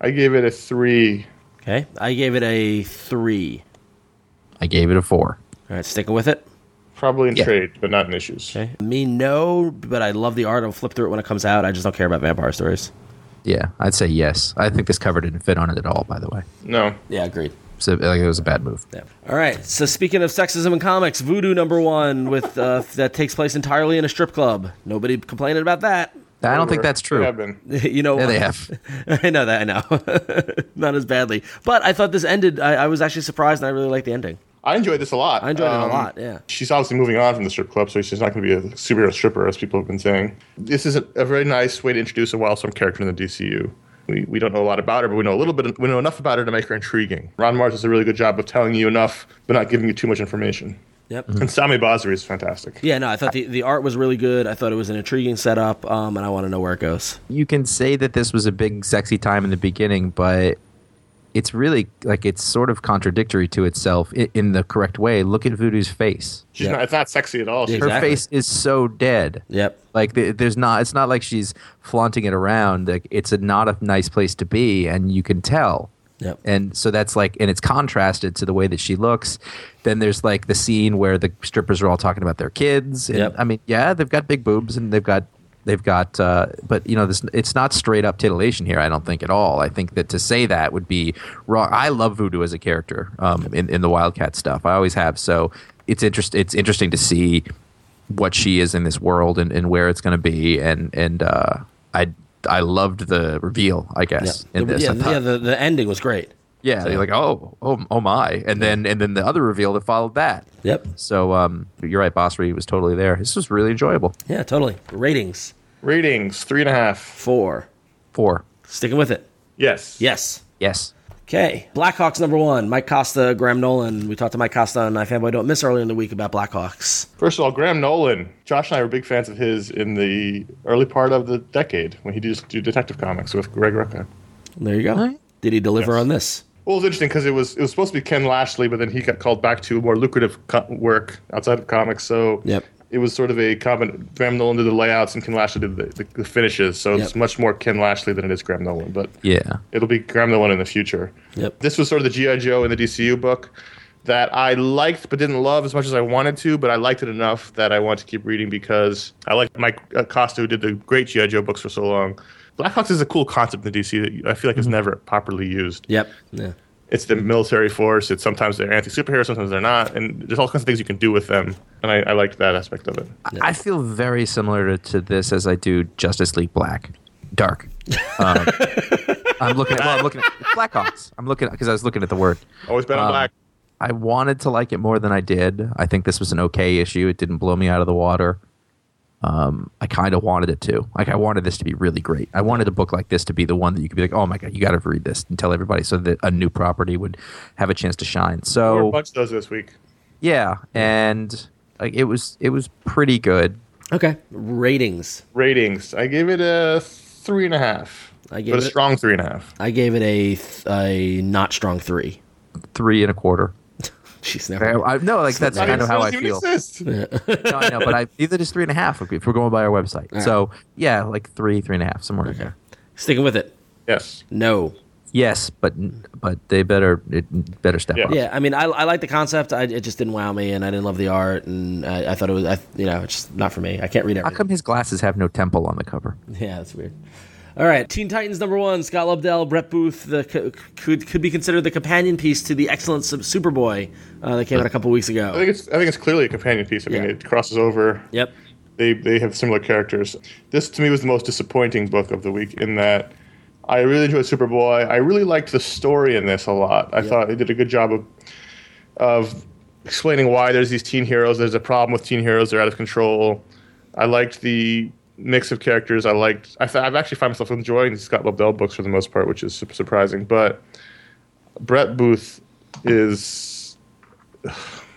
S3: I gave it a three.
S2: Okay. I gave it a three.
S1: I gave it a four.
S2: All right. Sticking with it.
S3: Probably in
S1: Yeah.
S3: trade, but not in issues.
S2: Okay. Me, no, but I love the art. I'll flip through it when it comes out. I just don't care about vampire stories.
S1: Yeah, I'd say yes. I think this cover didn't fit on it at all. By the way,
S3: No.
S2: Yeah, agreed.
S1: so like, it was a bad move.
S2: Yeah. All right. So speaking of sexism in comics, Voodoo number one with uh, that takes place entirely in a strip club. Nobody complaining about that.
S1: I don't think that's true.
S3: They have been.
S2: you know,
S1: Yeah, they have.
S2: I know that. I know, not as badly. But I thought this ended. I, I was actually surprised, and I really liked the ending.
S3: I enjoyed this a lot.
S2: I enjoyed it
S3: Um,
S2: a lot. Yeah.
S3: She's obviously moving on from the strip club, so she's not going to be a superhero stripper, as people have been saying. This is a, a very nice way to introduce a wild sword character in the DCU. We, we don't know a lot about her, but we know a little bit. We know enough about her to make her intriguing. Ron Mars does a really good job of telling you enough, but not giving you too much information.
S2: Yep.
S3: And Sami Basri is fantastic.
S2: Yeah. No, I thought the, the art was really good. I thought it was an intriguing setup, um, and I want to know where it goes.
S1: you can say that this was a big sexy time in the beginning, but it's really like it's sort of contradictory to itself i- in the correct way. Look at Voodoo's face.
S3: She's
S2: Yeah.
S3: not. It's not sexy at all. She's
S1: Her
S2: Exactly.
S1: face is so dead.
S2: Yep.
S1: Like th- there's not it's not like she's flaunting it around. Like it's a, not a nice place to be and you can tell.
S2: Yep.
S1: And so that's like, and it's contrasted to the way that she looks. Then there's like the scene where the strippers are all talking about their kids. And,
S2: Yep.
S1: I mean, yeah, they've got big boobs and they've got, they've got, uh, but you know, this it's not straight up titillation here. I don't think at all. I think that to say that would be wrong. I love voodoo as a character um, in in the Wildcat stuff. I always have. So it's interest. It's interesting to see what she is in this world and, and where it's going to be. And and uh, I I loved the reveal. I guess
S2: Yeah.
S1: in
S2: The,
S1: this.
S2: yeah,
S1: I thought-
S2: yeah, the, the ending was great.
S1: yeah,
S2: So-
S1: you're like, oh, oh, oh my, and then and then the other reveal that followed that.
S2: Yep.
S1: So um, you're right, Bossery was totally there. This was really enjoyable.
S2: Yeah, totally. Ratings
S3: ratings three and a half.
S2: four.
S1: Four,
S2: Sticking with it.
S3: Yes.
S2: Yes.
S1: yes,
S2: Okay. Blackhawks number one. Mike Costa, Graham Nolan. We talked to Mike Costa on I Fanboy Don't Miss earlier in the week about Blackhawks.
S3: First of all, Graham Nolan. Josh and I were big fans of his in the early part of the decade when he did just do Detective Comics with Greg Rucka.
S2: There you go.
S1: Alright.
S2: Did he deliver on this?
S3: Well, it was interesting because it was it was supposed to be Ken Lashley, but then he got called back to more lucrative co- work outside of comics. So
S2: Yep.
S3: it was sort of a common. Graham Nolan did the layouts and Ken Lashley did the, the, the finishes. So it's
S2: Yep.
S3: much more Ken Lashley than it is Graham Nolan, but
S1: yeah.
S3: it'll be Graham Nolan in the future.
S2: Yep.
S3: This was sort of the GI Joe in the DCU book that I liked but didn't love as much as I wanted to, but I liked it enough that I want to keep reading because I liked Mike uh, Costa who did the great GI Joe books for
S1: Mm-hmm.
S3: so long. Blackhawks is a cool concept in the DC that I feel like is never properly used.
S2: Yep. Yeah.
S3: it's the military force. It's sometimes they're anti superheroes, sometimes they're not, and there's all kinds of things you can do with them. And I, I liked that aspect of it.
S1: I feel very similar to, to this as I do Justice League Black, Dark. Um, I'm looking at well, I'm looking at Black Hawks. I'm looking because I was looking at the word.
S3: Always been on
S1: Um,
S3: black.
S1: I wanted to like it more than I did. I think this was an okay issue. It didn't blow me out of the water. Um, I kind of wanted it to. Like I wanted this to be really great. I wanted a book like this to be the one that you could be like, oh my god, you got to read this and tell everybody, so that a new property would have a chance to shine.
S3: There were
S1: So
S3: a bunch of those this week.
S1: yeah, and like it was it was pretty good.
S2: Okay. Ratings.
S3: Ratings. I gave it a three and a half.
S2: I gave
S3: but
S2: it-
S3: a strong three and a half.
S2: I gave it a th- a not strong three.
S1: Three and a quarter.
S2: She's
S1: I,
S2: never.
S1: I, no, like that's
S3: Not
S1: kind
S3: even-
S1: of how I
S3: doesn't even
S1: feel.
S3: exist.
S1: No, I know, but I either just three and a half if we're going by our website. So yeah, like three, three and a half, somewhere in there.
S2: Sticking with it.
S3: Yes.
S2: No.
S1: Yes, but but they better it better step
S3: Yeah.
S1: up.
S2: Yeah, I mean, I, I like the concept. I, it just didn't wow me, and I didn't love the art, and I, I thought it was, I, you know, it's just not for me. I can't read
S1: How
S2: everything.
S1: come his glasses have no temple on the cover?
S2: Yeah, that's weird. All right, Teen Titans number one, Scott Lobdell, Brett Booth, the co- could could be considered the companion piece to the excellent Sup- Superboy uh, that came out a couple weeks
S3: I
S2: ago.
S3: think it's I think it's clearly a companion piece. I mean,
S2: Yeah.
S3: it crosses over.
S2: Yep.
S3: They they have similar characters. This to me was the most disappointing book of the week in that I really enjoyed Superboy. I really liked the story in this a lot. I thought they did a good job of of explaining why there's these teen heroes. There's a problem with teen heroes. They're out of control. I liked the mix of characters. I liked. I th- I've actually found myself enjoying the Scott Lobdell books for the most part, which is su- surprising. But Brett Booth is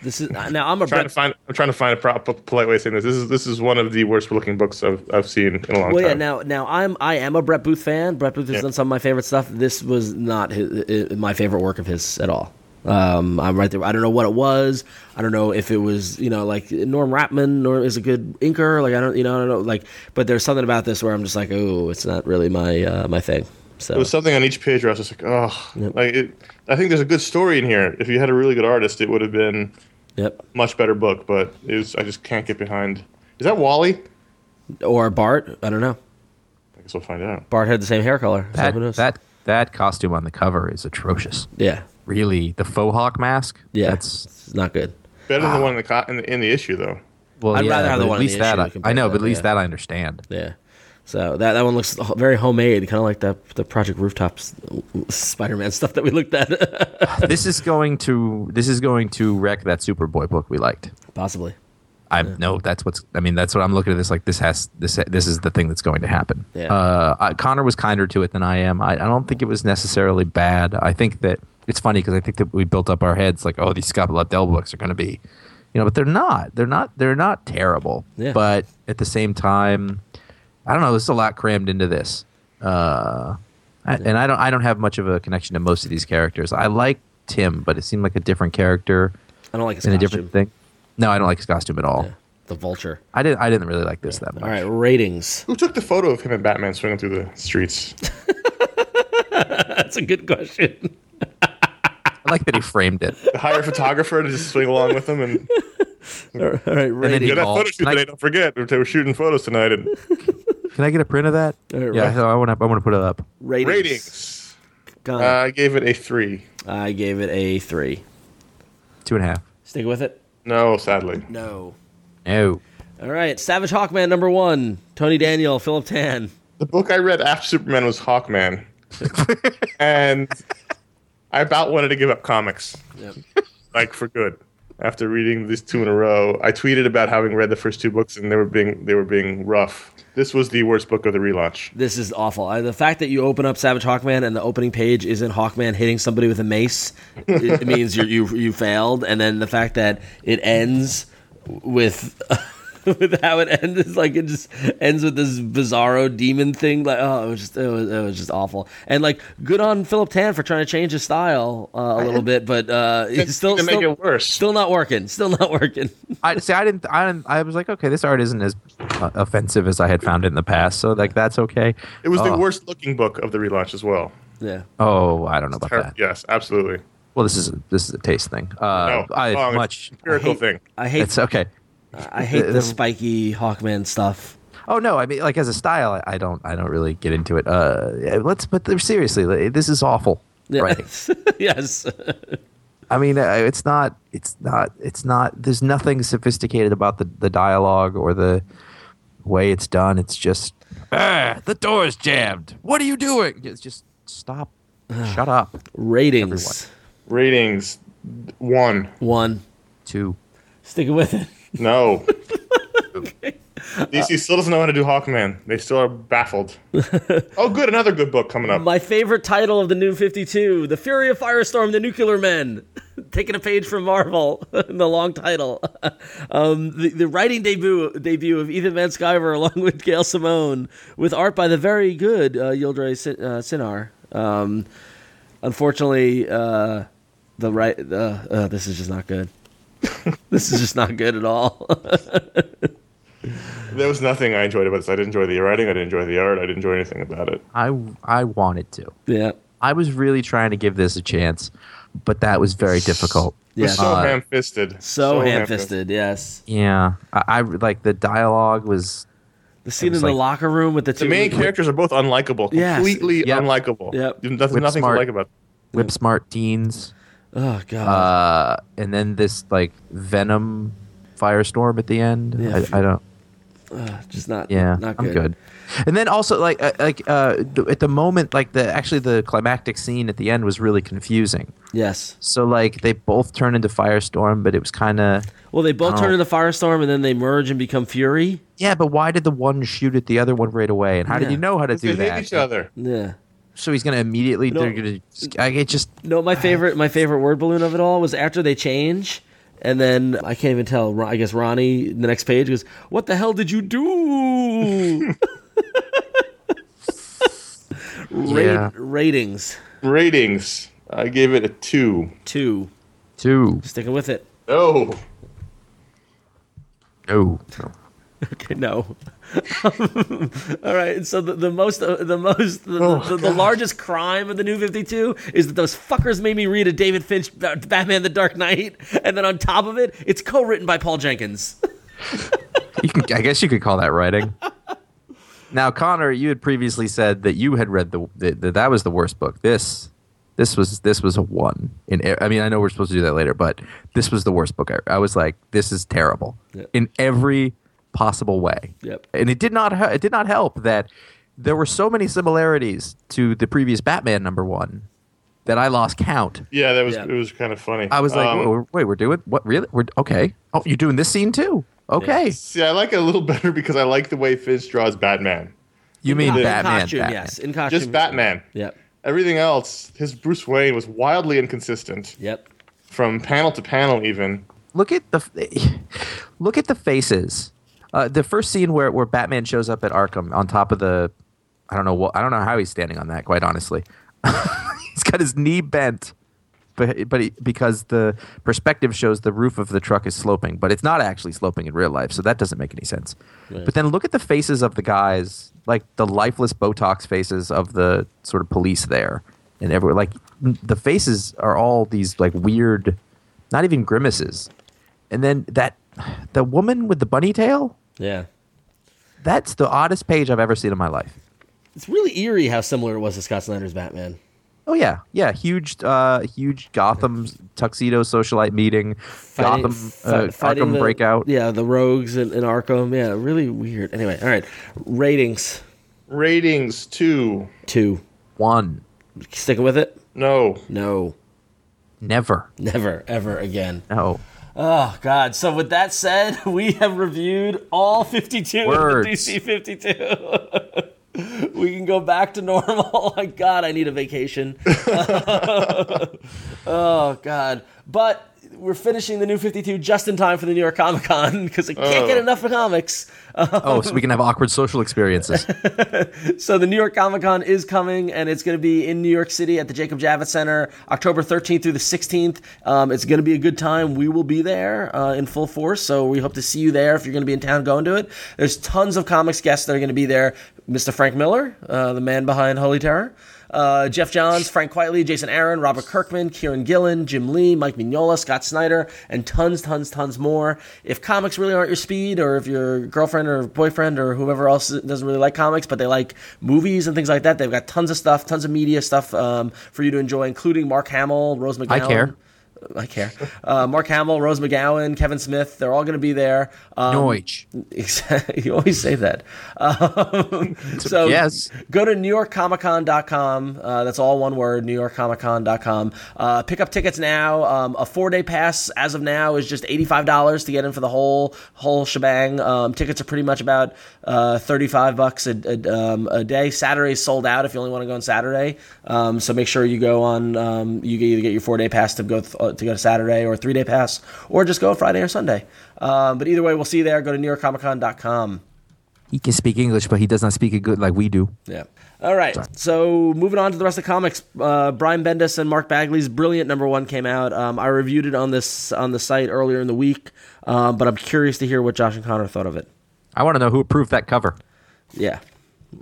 S2: This is now I'm a
S3: trying
S2: Brett.
S3: to find. I'm trying to find a pro- p- polite way of saying this. This is this is one of the worst looking books I've, I've seen in a long
S2: Well, yeah.
S3: time.
S2: Now, now I'm I am a Brett Booth fan. Brett Booth has
S3: Yeah.
S2: done some of my favorite stuff. This was not his, i my favorite work of his at all. Um, I'm right there. I don't know what it was. I don't know if it was you know like Norm Ratman Norm is a good inker. Like I don't you know I don't know like. But there's something about this where I'm just like oh it's not really my uh, my thing. So
S3: there was something on each page where I was just like, oh, like it, I think there's a good story in here. If you had a really good artist, it would have been
S2: yep.
S3: a much better book. But it was, I just can't get behind. Is that Wally?
S2: Or Bart. I don't know.
S3: I guess we'll find out.
S2: Bart had the same hair color. so
S1: That,
S2: who knows?
S1: that that costume on the cover is atrocious.
S2: yeah.
S1: Really, the faux hawk mask.
S2: Yeah.
S1: that's
S2: It's not good.
S3: Better
S2: Ah.
S3: than the one in the, co- in the in the issue though.
S1: well.
S2: I'd
S1: yeah,
S2: rather have
S1: but
S2: the
S1: at
S2: one in
S1: least
S2: the
S1: that
S2: issue
S1: I-
S2: compared
S1: I, know,
S2: to
S1: but at
S2: that,
S1: least
S2: yeah.
S1: that I understand.
S2: Yeah. So that, that one looks very homemade, kind of like the the Project Rooftops Spider Man stuff that we looked at.
S1: this is going to this is going to wreck that Superboy book we liked.
S2: Possibly.
S1: I no, that's what's. I mean, that's what I'm looking at. This like this has this. This is the thing that's going to happen.
S2: Yeah.
S1: Uh, I, Connor was kinder to it than I am. I, I don't think it was necessarily bad. I think that it's funny because I think that we built up our heads like, oh, these Scott Lobdell books are going to be, you know, but they're not. They're not. They're not terrible.
S2: Yeah.
S1: But at the same time, I don't know. There's a lot crammed into this, uh, I, and I don't. I don't have much of a connection to most of these characters. I like Tim, but it seemed like a different character
S2: I don't like his
S1: in
S2: costume.
S1: a different thing. No, I don't like his costume at all.
S2: Yeah. The vulture.
S1: I didn't. I didn't really like this that much.
S2: All right, ratings.
S3: Who took the photo of him and Batman swinging through the streets?
S2: That's a good question.
S1: I like that he framed it.
S3: Hire a photographer to just swing along with him and
S2: All right, ratings.
S1: he-
S3: yeah, that
S1: Evolved.
S3: photo shoot
S1: Like-
S3: today. Don't forget, we're we're shooting photos tonight. And
S1: Can I get a print of that?
S2: right,
S1: yeah,
S2: right.
S1: so I want to. I want to put it up.
S2: ratings.
S3: ratings.
S2: Gone.
S3: Uh, I gave it a three.
S2: I gave it a three.
S1: Two and a half.
S2: Stick with it.
S3: No, sadly.
S2: No.
S1: No.
S2: All right, Savage Hawkman number one. Tony Daniel, Philip Tan.
S3: The book I read after Superman was Hawkman, and I about wanted to give up comics, like for good. After reading these two in a row, I tweeted about having read the first two books and they were being they were being rough. This was the worst book of the relaunch.
S2: This is awful. I, the fact that you open up Savage Hawkman and the opening page is in Hawkman hitting somebody with a mace, it, it means you you you failed. And then the fact that it ends with with how it ends is like it just ends with this bizarro demon thing. Like oh, it was just it was, it was just awful. And like good on Philip Tan for trying to change his style uh, a little bit, but uh, he's still
S3: to make
S2: still,
S3: it worse.
S2: still not working. Still not working.
S1: I see. I didn't. I didn't. I was like, okay, this art isn't as uh, offensive as I had found it in the past. So like, that's okay.
S3: It was
S1: oh,
S3: the worst looking book of the relaunch as well.
S2: yeah.
S1: Oh, I don't know about
S3: Ter-
S1: that.
S3: Yes, absolutely.
S1: Well, this is a, this is a taste thing.
S3: No,
S1: Uh, I
S3: wrong. It's
S1: much.
S3: an empirical thing.
S2: I hate
S1: It's okay.
S2: I hate the
S1: the-
S2: spiky Hawkman stuff.
S1: Oh no, I mean, like as a style, I, I don't. I don't really get into it. Uh, yeah, let's. But seriously, like, this is awful. writing.
S2: yes.
S1: I mean, uh, it's not, it's not, it's not. There's nothing sophisticated about the the dialogue or the way it's done. It's just "Ah, the door is jammed. What are you doing? It's just stop, shut up.
S2: Ratings.
S3: Ratings one.
S2: One.
S1: Two.
S2: Sticking with it.
S3: No. DC still doesn't know how to do Hawkman. They still are baffled. oh, good, another good book coming up.
S2: My favorite title of the new 52 The Fury of Firestorm, The Nuclear Men. Taking a page from Marvel, the long title. um, the, the writing debut debut of Ethan Van Sciver along with Gail Simone, with art by the very good uh, Yildray Sin- uh, Sinar. Um, unfortunately, uh, the right uh, uh, this is just not good. this is just not good at all.
S3: There was nothing I enjoyed about this. I didn't enjoy the writing. I didn't enjoy the art. I didn't enjoy anything about it.
S1: I I wanted to.
S2: yeah,
S1: I was really trying to give this a chance, but that was very difficult.
S3: It was
S2: Yes.
S3: so
S1: Uh,
S3: ham-fisted.
S2: so ham-fisted. Yes,
S1: Yeah, I, I like the dialogue was
S2: the scene in
S1: was
S2: the
S1: like-
S2: locker room with the two
S3: The main characters are both unlikable.
S2: Yes.
S3: Completely
S1: Yep.
S3: unlikable.
S2: Yep.
S3: There's
S1: Whip
S3: nothing
S1: smart.
S3: to like about
S1: whip smart teens,
S2: Oh god.
S1: uh, and then this like venom firestorm at the end.
S2: Yeah.
S1: I, I don't.
S2: Uh, just not
S1: Uh, Yeah,
S2: not
S1: I'm good. And then also like uh, like uh, th- at the moment like the actually the climactic scene at the end was really confusing.
S2: Yes.
S1: So like they both turn into firestorm, but it was kind of
S2: Well, they both
S1: Oh.
S2: turn into Firestorm and then they merge and become Fury.
S1: yeah. But why did the one shoot at the other one right away? And how
S2: Yeah.
S1: did you know how to do
S3: They
S1: that?
S3: hate each other.
S2: Yeah.
S1: So he's gonna immediately.
S2: No.
S1: They're gonna. I it just.
S2: No, my favorite my favorite word balloon of it all was after they change and then I can't even tell. Ron- I guess Ronnie the next page goes, "What the hell did you do?" Ra-
S1: Yeah.
S2: Ratings
S3: Ratings. I gave it a two.
S2: two.
S1: Two.
S2: Sticking with it.
S3: No.
S1: No. no.
S2: Okay, no. all right. So the, the most, uh, the most, the,
S3: Oh,
S2: the, the largest crime of the New Fifty Two is that those fuckers made me read a David Finch Ba- Batman: The Dark Knight, and then on top of it, it's co-written by Paul Jenkins.
S1: You can, I guess you could call that writing. now, Connor, you had previously said that you had read the that that that was the worst book. This this was this was a one. In e- I mean, I know we're supposed to do that later, but this was the worst book. I, I was like, this is terrible
S2: Yeah.
S1: in every possible way.
S2: Yep.
S1: And it did not he- it did not help that there were so many similarities to the previous Batman number one that I lost count.
S3: Yeah, that was
S2: Yeah.
S3: it was kind of funny.
S1: I was like, oh.
S3: Um,
S1: "Whoa, wait, we're doing what? Really? We're okay. Oh, you're doing this scene too. Okay.
S3: see, I like it a little better because I like the way Finch draws Batman.
S1: You mean
S2: in
S1: Batman?
S2: costume,
S1: Batman.
S2: yes, in costume,
S3: Just Batman.
S2: Yep.
S3: Everything else, his Bruce Wayne was wildly inconsistent
S2: Yep.
S3: from panel to panel, even.
S1: Look at the look at the faces. Uh, the first scene where, where Batman shows up at Arkham on top of the, I don't know what I don't know how he's standing on that. Quite honestly, he's got his knee bent, but but he, because the perspective shows the roof of the truck is sloping, but it's not actually sloping in real life, so that doesn't make any sense. But then look at the faces of the guys, like the lifeless Botox faces of the sort of police there, and everywhere. Like the faces are all these like weird, not even grimaces, and then that the woman with the bunny tail.
S2: Yeah.
S1: That's the oddest page I've ever seen in my life.
S2: It's really eerie how similar it was to Scott Snyder's Batman.
S1: Oh yeah, yeah. Huge, uh, huge Gotham tuxedo socialite meeting, Gotham
S2: fi-
S1: uh,
S2: fighting
S1: Arkham
S2: the-
S1: breakout.
S2: Yeah, the rogues in, in Arkham. Yeah, really weird. Anyway, all right. Ratings
S3: Ratings two.
S2: two.
S1: One,
S2: Sticking with it.
S3: No.
S2: No.
S1: never.
S2: Never, ever again.
S1: No,
S2: Oh God! So with that said, we have reviewed all fifty-two of
S1: Words.
S2: the DC fifty-two. we can go back to normal. Oh, My God, I need a vacation. oh God! But we're finishing the new fifty-two just in time for the New York Comic Con because I can't get enough of comics.
S1: Oh, so we can have awkward social experiences.
S2: So the New York Comic Con is coming, and it's going to be in New York City at the Jacob Javits Center, October 13th through the 16th. Um, it's going to be a good time. We will be there uh, in full force, so we hope to see you there if you're going to be in town going to it. There's tons of comics guests that are going to be there. Mr. Frank Miller, uh, the man behind Holy Terror. Uh, Jeff Johns, Frank Quietly, Jason Aaron, Robert Kirkman, Kieran Gillen, Jim Lee, Mike Mignola, Scott Snyder, and tons, tons, tons more. If comics really aren't your speed, or if your girlfriend or boyfriend or whoever else doesn't really like comics, but they like movies and things like that, they've got tons of stuff, tons of media stuff um, for you to enjoy, including Mark Hamill, Rose McGowan.
S1: care.
S2: I care. Uh, Mark Hamill, Rose McGowan, Kevin Smith, they're all going to be there. Um,
S1: Noich.
S2: Exactly. You always say that. Um, so
S1: Yes.
S2: go to newyorkcomiccon.com. Uh, that's all one word, newyorkcomiccon.com. Uh, pick up tickets now. Um, a four-day pass as of now is just $85 to get in for the whole whole shebang. Um, tickets are pretty much about uh, 35 bucks a, a, um, a day. Saturday's sold out if you only want to go on Saturday. Um, so make sure you go on. Um, you can either get your four-day pass to go th- uh, to go to Saturday or a three-day pass, or just go Friday or Sunday. Um, but either way, we'll see you there. Go to newyorkcomiccon.com.
S1: He can speak English, but he does not speak it good like we do.
S2: Yeah. All right. So moving on to the rest of the comics, uh, Brian Bendis and Mark Bagley's brilliant number one came out. Um, I reviewed it on this on the site earlier in the week, um, but I'm curious to hear what Josh and Connor thought of it.
S1: I want to know who approved that cover.
S2: Yeah.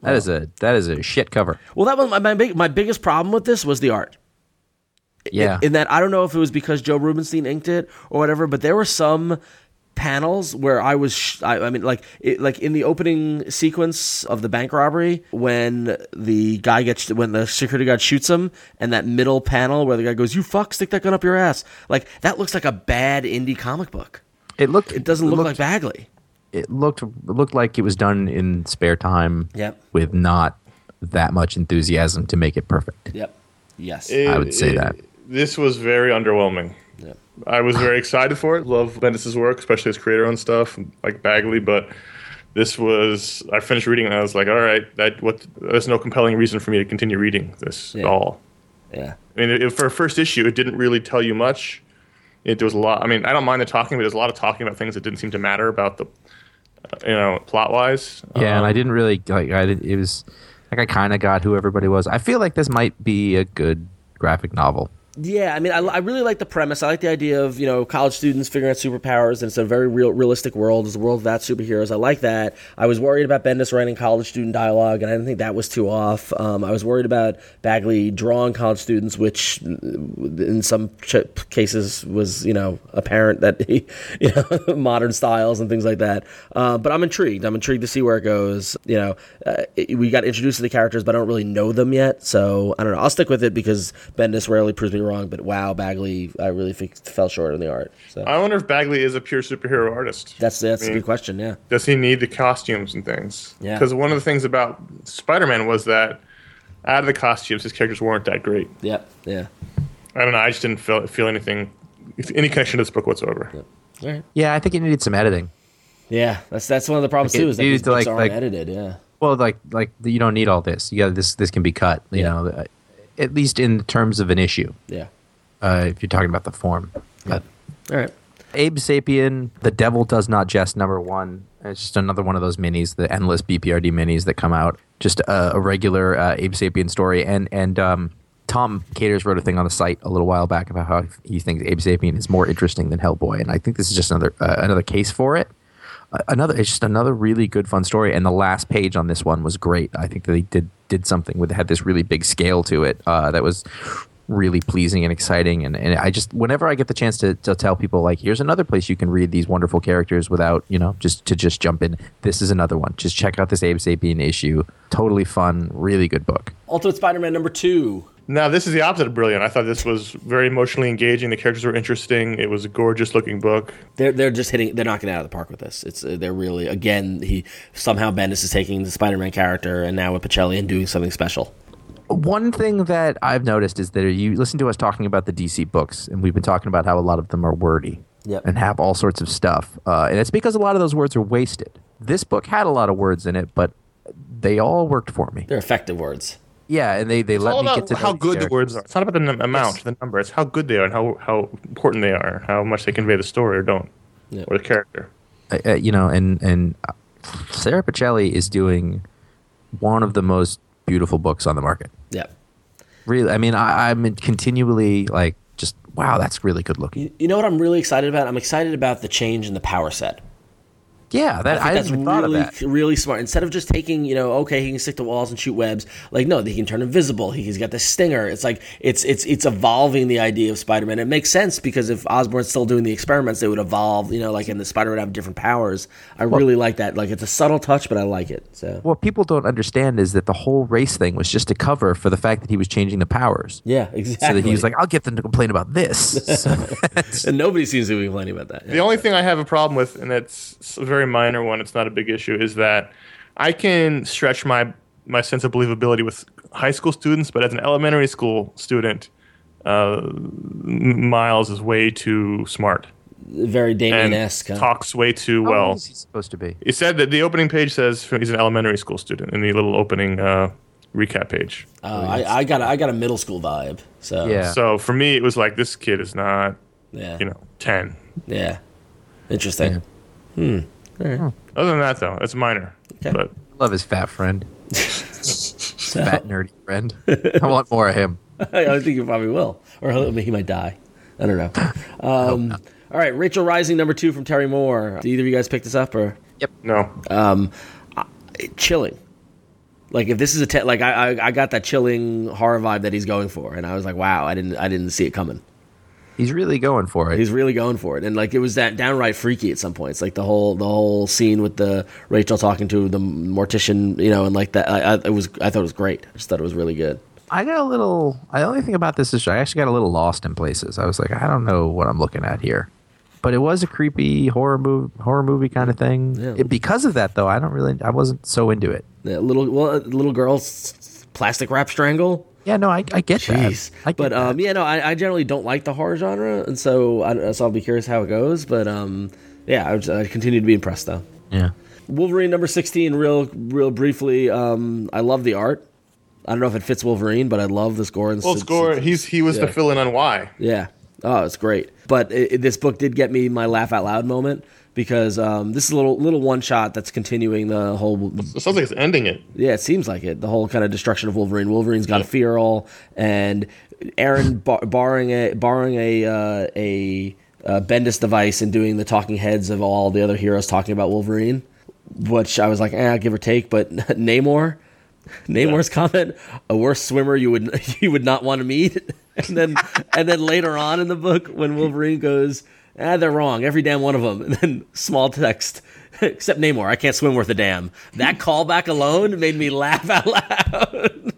S1: That is a that is a shit cover.
S2: Well, that was my, my big my biggest problem with this was the art.
S1: Yeah.
S2: in that I don't know if it was because Joe Rubenstein inked it or whatever, but there were some panels where I was, sh- I, I mean, like it, like in the opening sequence of the bank robbery when the guy gets when the security guard shoots him, and that middle panel where the guy goes, "You fuck, stick that gun up your ass," like that looks like a bad indie comic book.
S1: it looked
S2: It doesn't look
S1: looked,
S2: like Bagley.
S1: it looked it looked like it was done in spare time
S2: Yep.
S1: with not that much enthusiasm to make it perfect.
S2: Yep. Yes.
S1: I would say that.
S3: This was very underwhelming.
S2: Yep.
S3: I was very excited for it. Love Bendis's work, especially his creator owned stuff like Bagley. But this was I finished reading it and I was like, all right, that what there's no compelling reason for me to continue reading this
S2: Yeah.
S3: at all.
S2: Yeah.
S3: I mean, it, for a first issue, it didn't really tell you much. It there was a lot. I mean, I don't mind the talking, but there's a lot of talking about things that didn't seem to matter about the, uh, you know, Um, plot wise.
S1: Yeah, and I didn't really like I did, it was like I kind of got who everybody was. I feel like this might be a good graphic novel.
S2: Yeah, I mean, I, I really like the premise. I like the idea of you know college students figuring out superpowers, and it's a very real, realistic world. It's a world without superheroes. I like that. I was worried about Bendis writing college student dialogue, and I didn't think that was too off. Um, I was worried about Bagley drawing college students, which mm, in some ch- cases was you know apparent that he, you know, modern styles and things like that. Uh, but I'm intrigued. I'm intrigued to see where it goes. You know, uh, it- we got introduced to the characters, but I don't really know them yet. So I don't know. I'll stick with it because Bendis rarely proves me wrong. But wow, Bagley, I really think fell short on the art. So
S3: I wonder if Bagley is a pure superhero artist.
S2: that's that's a
S3: mean-
S2: good question. Yeah.
S3: does he need the costumes and things?
S2: Yeah.
S3: Because one of the things about Spider Man was that out of the costumes, his characters weren't that great.
S2: Yep. Yeah.
S3: I don't know. I just didn't feel, feel anything, any connection to this book whatsoever.
S2: All right.
S1: Yeah, I think it needed some editing.
S2: Yeah. That's that's one of the problems
S1: Like, it
S2: too. Is that
S1: needed
S2: these
S1: to,
S2: books
S1: like-
S2: aren't
S1: like-
S2: edited. Yeah.
S1: Well, like like you don't need all this. You got this this can be cut, you
S2: Yeah.
S1: know, at least in terms of an issue.
S2: Yeah.
S1: Uh, if you're talking about the form. But
S2: All right.
S1: Abe Sapien, The Devil Does Not Jest, number one. It's just another one of those minis, the endless BPRD minis that come out. Just a, a regular uh, Abe Sapien story. And and um, Tom Caters wrote a thing on the site a little while back about how he thinks Abe Sapien is more interesting than Hellboy, and I think this is just another uh, another case for it. Uh, another, it's just another really good fun story. And the last page on this one was great. I think they did did something with had this really big scale to it uh, that was really pleasing and exciting. And, and I just, whenever I get the chance to, to tell people, like, here's another place you can read these wonderful characters without, you know, just to just jump in. This is another one. Just check out this Abe Sapien issue. Totally fun, really good book.
S2: Ultimate Spider-Man number two.
S3: Now, this is the opposite of brilliant. I thought this was very emotionally engaging. The characters were interesting. It was a gorgeous looking book.
S2: They're they're just hitting. They're knocking it out of the park with this. It's uh, they're really again. He somehow Bendis is taking the Spider-Man character and now with Pacelli and doing something special.
S1: One thing that I've noticed is that you listen to us talking about the DC books, and we've been talking about how a lot of them are wordy
S2: Yep.
S1: and have all sorts of stuff. Uh, and it's because a lot of those words are wasted. This book had a lot of words in it, but they all worked for me.
S2: They're effective words.
S1: Yeah, and they, they
S3: It's
S1: let
S3: all
S1: me get
S3: about
S1: to know
S3: how
S1: these
S3: good the
S1: characters.
S3: words are. It's not about the num- amount, the number. It's how good they are and how, how important they are, how much they convey the story or don't,
S2: Yeah.
S3: or the character.
S1: uh, uh, you know, and and uh, Sarah Pacelli is doing one of the most beautiful books on the market.
S2: Yep.
S1: Really, I mean, I, I'm continually like, just wow, that's really good looking.
S2: You know what I'm really excited about? I'm excited about the change in the power set.
S1: Yeah, that I,
S2: think
S1: hadn't even thought of
S2: really,
S1: that.
S2: really smart. Instead of just taking, you know, okay, he can stick to walls and shoot webs. Like, no, he can turn invisible. He- He's got the stinger. It's like it's it's it's evolving the idea of Spider-Man. It makes sense because if Osborn's still doing the experiments, they would evolve. You know, like and the Spider would have different powers. I really like that. Like, it's a subtle touch, but I like it. So
S1: What people don't understand is that the whole race thing was just a cover for the fact that he was changing the powers.
S2: yeah, exactly.
S1: So that he was like, I'll get them to complain about this. So-
S2: and nobody seems to be complaining about that.
S3: The only thing I have a problem with, and that's a very minor one, it's not a big issue, is that I can stretch my my sense of believability with high school students, but as an elementary school student, uh, M- Miles is way too smart
S2: Very
S3: and
S2: Damien-esque. huh?
S3: talks way too
S1: How old
S3: well.
S1: is he supposed to be?
S3: It said that the opening page says he's an elementary school student in the little opening uh, recap page.
S2: Oh, I, I got a, I got a middle school vibe. So
S1: Yeah.
S3: So for me, it was like this kid is not,
S2: yeah,
S3: you know, ten.
S2: yeah. Interesting.
S3: Other than that, though, it's minor.
S2: Okay.
S3: But
S1: Love his fat friend,
S2: So,
S1: fat nerdy friend. I want more of him.
S2: I think he probably will, or he'll- he might die. I don't know. Um, all right, Rachel Rising number two from Terry Moore. Did either of you guys pick this up or
S3: no,
S2: chilling? Like if this is a te- like I, I I got that chilling horror vibe that he's going for, and I was like, wow, I didn't I didn't see it coming.
S1: He's really going for it.
S2: He's really going for it, and like it was that downright freaky at some points. Like the whole the whole scene with the Rachel talking to the mortician, you know, and like that. I, I, it was I thought it was great. I just thought it was really good.
S1: I got a little. The only thing about this is I actually got a little lost in places. I was like, I don't know what I'm looking at here. But it was a creepy horror movie, horror movie kind of thing.
S2: Yeah.
S1: It- because of that, though, I don't really, I wasn't so into it.
S2: The little well, uh, little girl's plastic wrap strangle.
S1: Yeah, no, I, I get
S2: Jeez,
S1: that. I get
S2: but um,
S1: that.
S2: yeah, no, I, I generally don't like the horror genre, and so I, so I'll be curious how it goes. But um, yeah, I, was- I continue to be impressed though.
S1: yeah,
S2: Wolverine number sixteen, real real briefly. Um, I love the art. I don't know if it fits Wolverine, but I love this gore. and
S3: well,
S2: s-
S3: score. He's he was
S2: yeah.
S3: the fill in on why.
S2: yeah. Oh, it's great. But it, it- this book did get me my laugh out loud moment because um, this is a little little one shot that's continuing the whole.
S3: It sounds like it's ending it.
S2: Yeah, it seems like it. The whole kind of destruction of Wolverine. Wolverine's gone feral, and Aaron bar- borrowing a borrowing a uh, a uh, Bendis device and doing the talking heads of all the other heroes talking about Wolverine, which I was like, eh, give or take. But Namor. Namor's comment: "A worse swimmer you would you would not want to meet." And then and then later on in the book, when Wolverine goes, "Ah, they're wrong, every damn one of them." And then small text, except Namor, I can't swim worth a damn. That callback alone made me laugh out loud.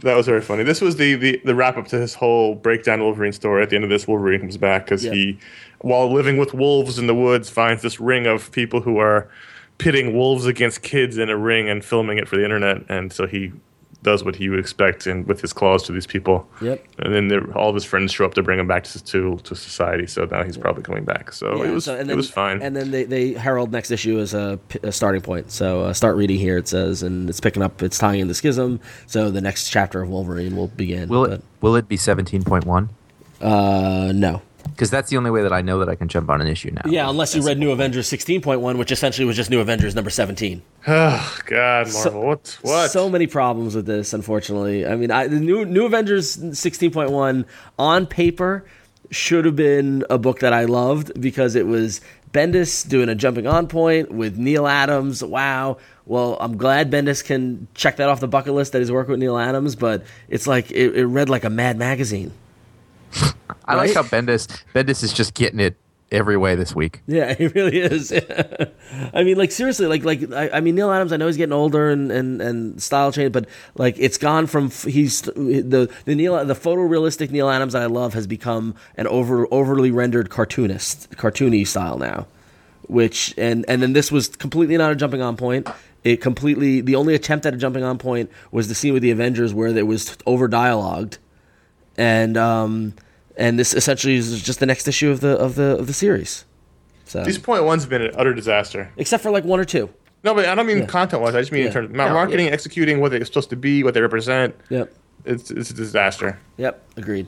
S3: That was very funny. This was the the, the wrap up to his whole breakdown Wolverine story. At the end of this, Wolverine comes back because
S2: Yeah.
S3: he, while living with wolves in the woods, finds this ring of people who are pitting wolves against kids in a ring and filming it for the internet. And so he does what he would expect and with his claws to these people.
S2: Yep.
S3: And then there- all of his friends show up to bring him back to to, to society. So now he's probably coming back. So Oh, it was
S2: so- and
S3: it
S2: then-
S3: was fine.
S2: And then they, they herald next issue as a, p- a starting point. So uh, start reading here. It says, and it's picking up. It's tying into Schism. So the next chapter of Wolverine will begin.
S1: will it will it be seventeen point one?
S2: but, uh, no.
S1: Because that's the only way that I know that I can jump on an issue now.
S2: Yeah, unless you read New Avengers 16.1, which essentially was just New Avengers number 17.
S3: oh God, Marvel, what what?
S2: So many problems with this, unfortunately. I mean, I, the new New Avengers 16.1 on paper should have been a book that I loved because it was Bendis doing a jumping on point with Neil Adams. Wow. Well, I'm glad Bendis can check that off the bucket list that he's working with Neil Adams, but it's like it, it read like a Mad Magazine.
S1: I like
S2: right?
S1: how Bendis Bendis is just getting it every way this week.
S2: Yeah, he really is. I mean, like seriously, like like I, I mean, Neil Adams. I know he's getting older and and and style change, but like it's gone from f- he's the the Neil the photorealistic Neil Adams that I love has become an over overly rendered cartoonist cartoony style now, which and and then this was completely not a jumping on point. It completely the only attempt at a jumping on point was the scene with the Avengers where it was over dialogued, and um and this essentially is just the next issue of the of the of the series. So
S3: these point one's been an utter disaster.
S2: except for like one or two.
S3: No, but I don't mean content wise. I just mean
S2: Yeah.
S3: in terms of
S2: No,
S3: marketing, executing what they're supposed to be, what they represent.
S2: Yep.
S3: It's, it's a disaster.
S2: Yep. Agreed.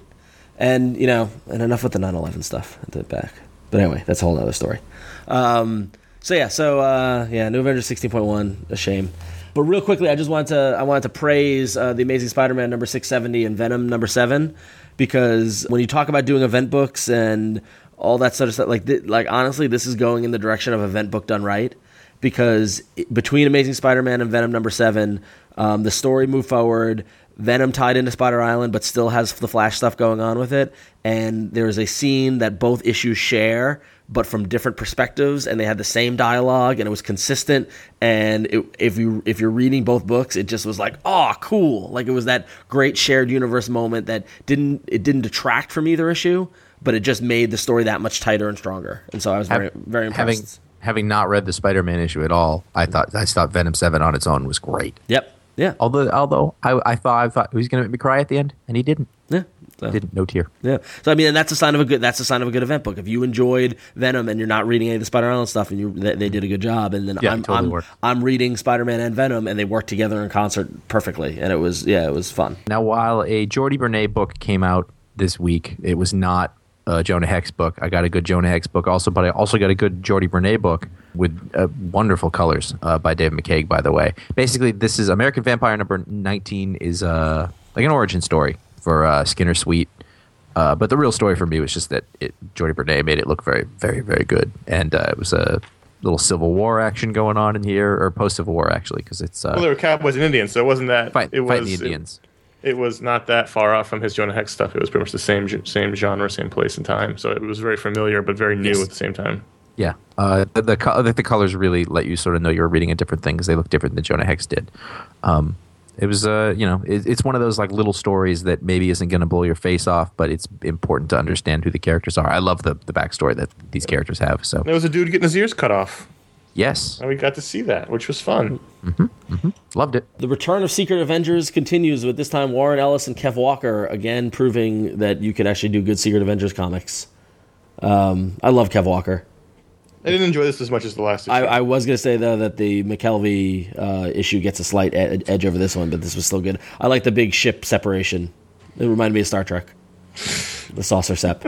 S2: And you know, and enough with the 9/11 stuff at the back. But anyway, that's a whole other story. Um, so yeah, so uh, yeah, New Avengers 16.1, a shame. But real quickly, I just wanted to I wanted to praise uh, the Amazing Spider-Man number 670 and Venom number seven because when you talk about doing event books and all that sort of stuff. Like, th- like honestly, this is going in the direction of event book done right because it- between Amazing Spider-Man and Venom number seven, um, the story moved forward. Venom tied into Spider Island, but still has the Flash stuff going on with it. And there is a scene that both issues share, but from different perspectives, and they had the same dialogue, and it was consistent. And it, if you if you're reading both books, it just was like, oh, cool! Like it was that great shared universe moment that didn't it didn't detract from either issue, but it just made the story that much tighter and stronger. And so I was very very impressed.
S1: having having not read the Spider-Man issue at all, I thought I thought Venom Seven on its own was great.
S2: yep. Yeah.
S1: Although although I, I thought I thought he was going to make me cry at the end, and he didn't.
S2: yeah. So-
S1: Didn't no tear.
S2: Yeah. So I mean, and that's a sign of a good. That's a sign of a good event book. If you enjoyed Venom and you're not reading any of the Spider Island stuff, and you they, they did a good job, and then
S1: Yeah,
S2: I'm
S1: totally
S2: I'm,
S1: worked.
S2: I'm reading Spider Man and Venom, and they worked together in concert perfectly, and it was yeah, it was fun.
S1: Now, while a Jordy Bernay book came out this week, it was not a Jonah Hex book. I got a good Jonah Hex book also, but I also got a good Jordy Bernay book with uh, wonderful colors uh, by Dave McCaig, by the way. Basically, this is American Vampire number 19 is uh, like an origin story for uh, Skinner Sweet. Uh, but the real story for me was just that it, Jordy Bernay made it look very, very, very good. And uh, it was a little Civil War action going on in here, or post Civil War, actually, because it's uh,
S3: Well, there were cowboys and Indians, so it wasn't that.
S1: fight,
S3: it was
S1: fighting the
S3: it-
S1: Indians.
S3: It, was not that far off from his Jonah Hex stuff. It was pretty much the same ge- same genre, same place and time. So it was very familiar, but very new at the same time.
S1: Yeah, uh, the the, co- the the colors really let you sort of know you were reading a different thing because they look different than Jonah Hex did. Um, it was, uh, you know, it, it's one of those like little stories that maybe isn't going to blow your face off, but it's important to understand who the characters are. I love the the backstory that these characters have. So
S3: There was a dude getting his ears cut off,
S1: yes,
S3: and we got to see that, which was fun.
S1: loved it.
S2: The return of Secret Avengers continues with this time Warren Ellis and Kev Walker again proving that you could actually do good Secret Avengers comics. Um, I love Kev Walker.
S3: I didn't enjoy this as much as the last. Issue.
S2: I, I was going to say though that the McKelvey uh, issue gets a slight ed- edge over this one, but this was still good. I like the big ship separation. It reminded me of Star Trek, the saucer sep.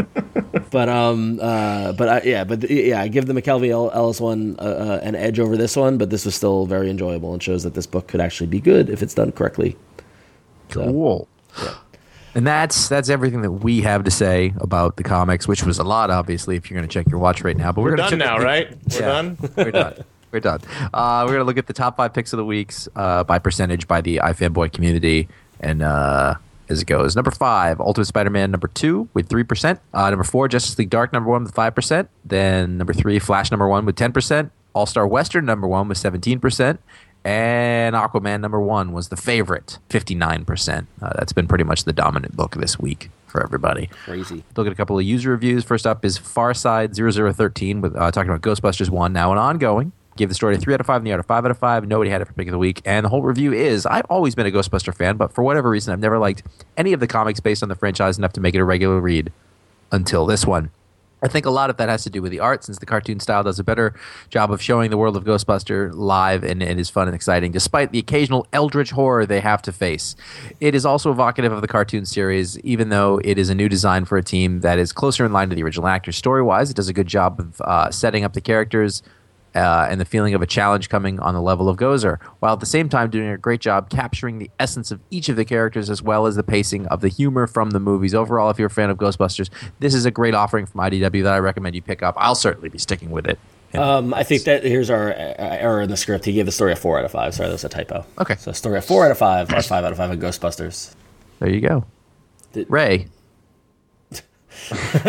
S2: but um, uh, but I, yeah, but the, yeah, I give the McKelvey El- Ellis one uh, uh, an edge over this one, but this was still very enjoyable and shows that this book could actually be good if it's done correctly.
S1: Cool. And that's that's everything that we have to say about the comics, which was a lot, obviously. If you're going to check your watch right now, but we're,
S3: We're
S1: going
S3: done
S1: to
S3: now, right? We're
S1: Yeah.
S3: done.
S1: We're done. We're done. Uh, we're gonna look at the top five picks of the weeks uh, by percentage by the iFanboy community, and uh, as it goes, number five, Ultimate Spider-Man number two with three percent. Uh, number four, Justice League Dark number one with five percent. Then number three, Flash number one with ten percent. All Star Western number one with seventeen percent. And Aquaman number one was the favorite, 59%. Uh, that's been pretty much the dominant book this week for everybody.
S2: Crazy.
S1: Look at a couple of user reviews. First up is Farside0013 with uh, talking about Ghostbusters 1 now and ongoing. Gave the story a 3 out of 5 and the art a 5 out of 5. Nobody had it for pick of the week. And the whole review is I've always been a Ghostbuster fan, but for whatever reason, I've never liked any of the comics based on the franchise enough to make it a regular read until this one. I think a lot of that has to do with the art, since the cartoon style does a better job of showing the world of Ghostbuster live and it is fun and exciting, despite the occasional eldritch horror they have to face. It is also evocative of the cartoon series, even though it is a new design for a team that is closer in line to the original actors. Story wise, it does a good job of uh, setting up the characters, uh, and the feeling of a challenge coming on the level of Gozer, while at the same time doing a great job capturing the essence of each of the characters as well as the pacing of the humor from the movies. Overall, if you're a fan of Ghostbusters, this is a great offering from IDW that I recommend you pick up. I'll certainly be sticking with it. And
S2: Um, I think that here's our uh, error in the script. He gave the story a four out of five. Sorry, that was a typo.
S1: Okay.
S2: So story a four out of five, or five out of five on Ghostbusters.
S1: there you go.
S2: Did-
S1: Ray,
S3: I've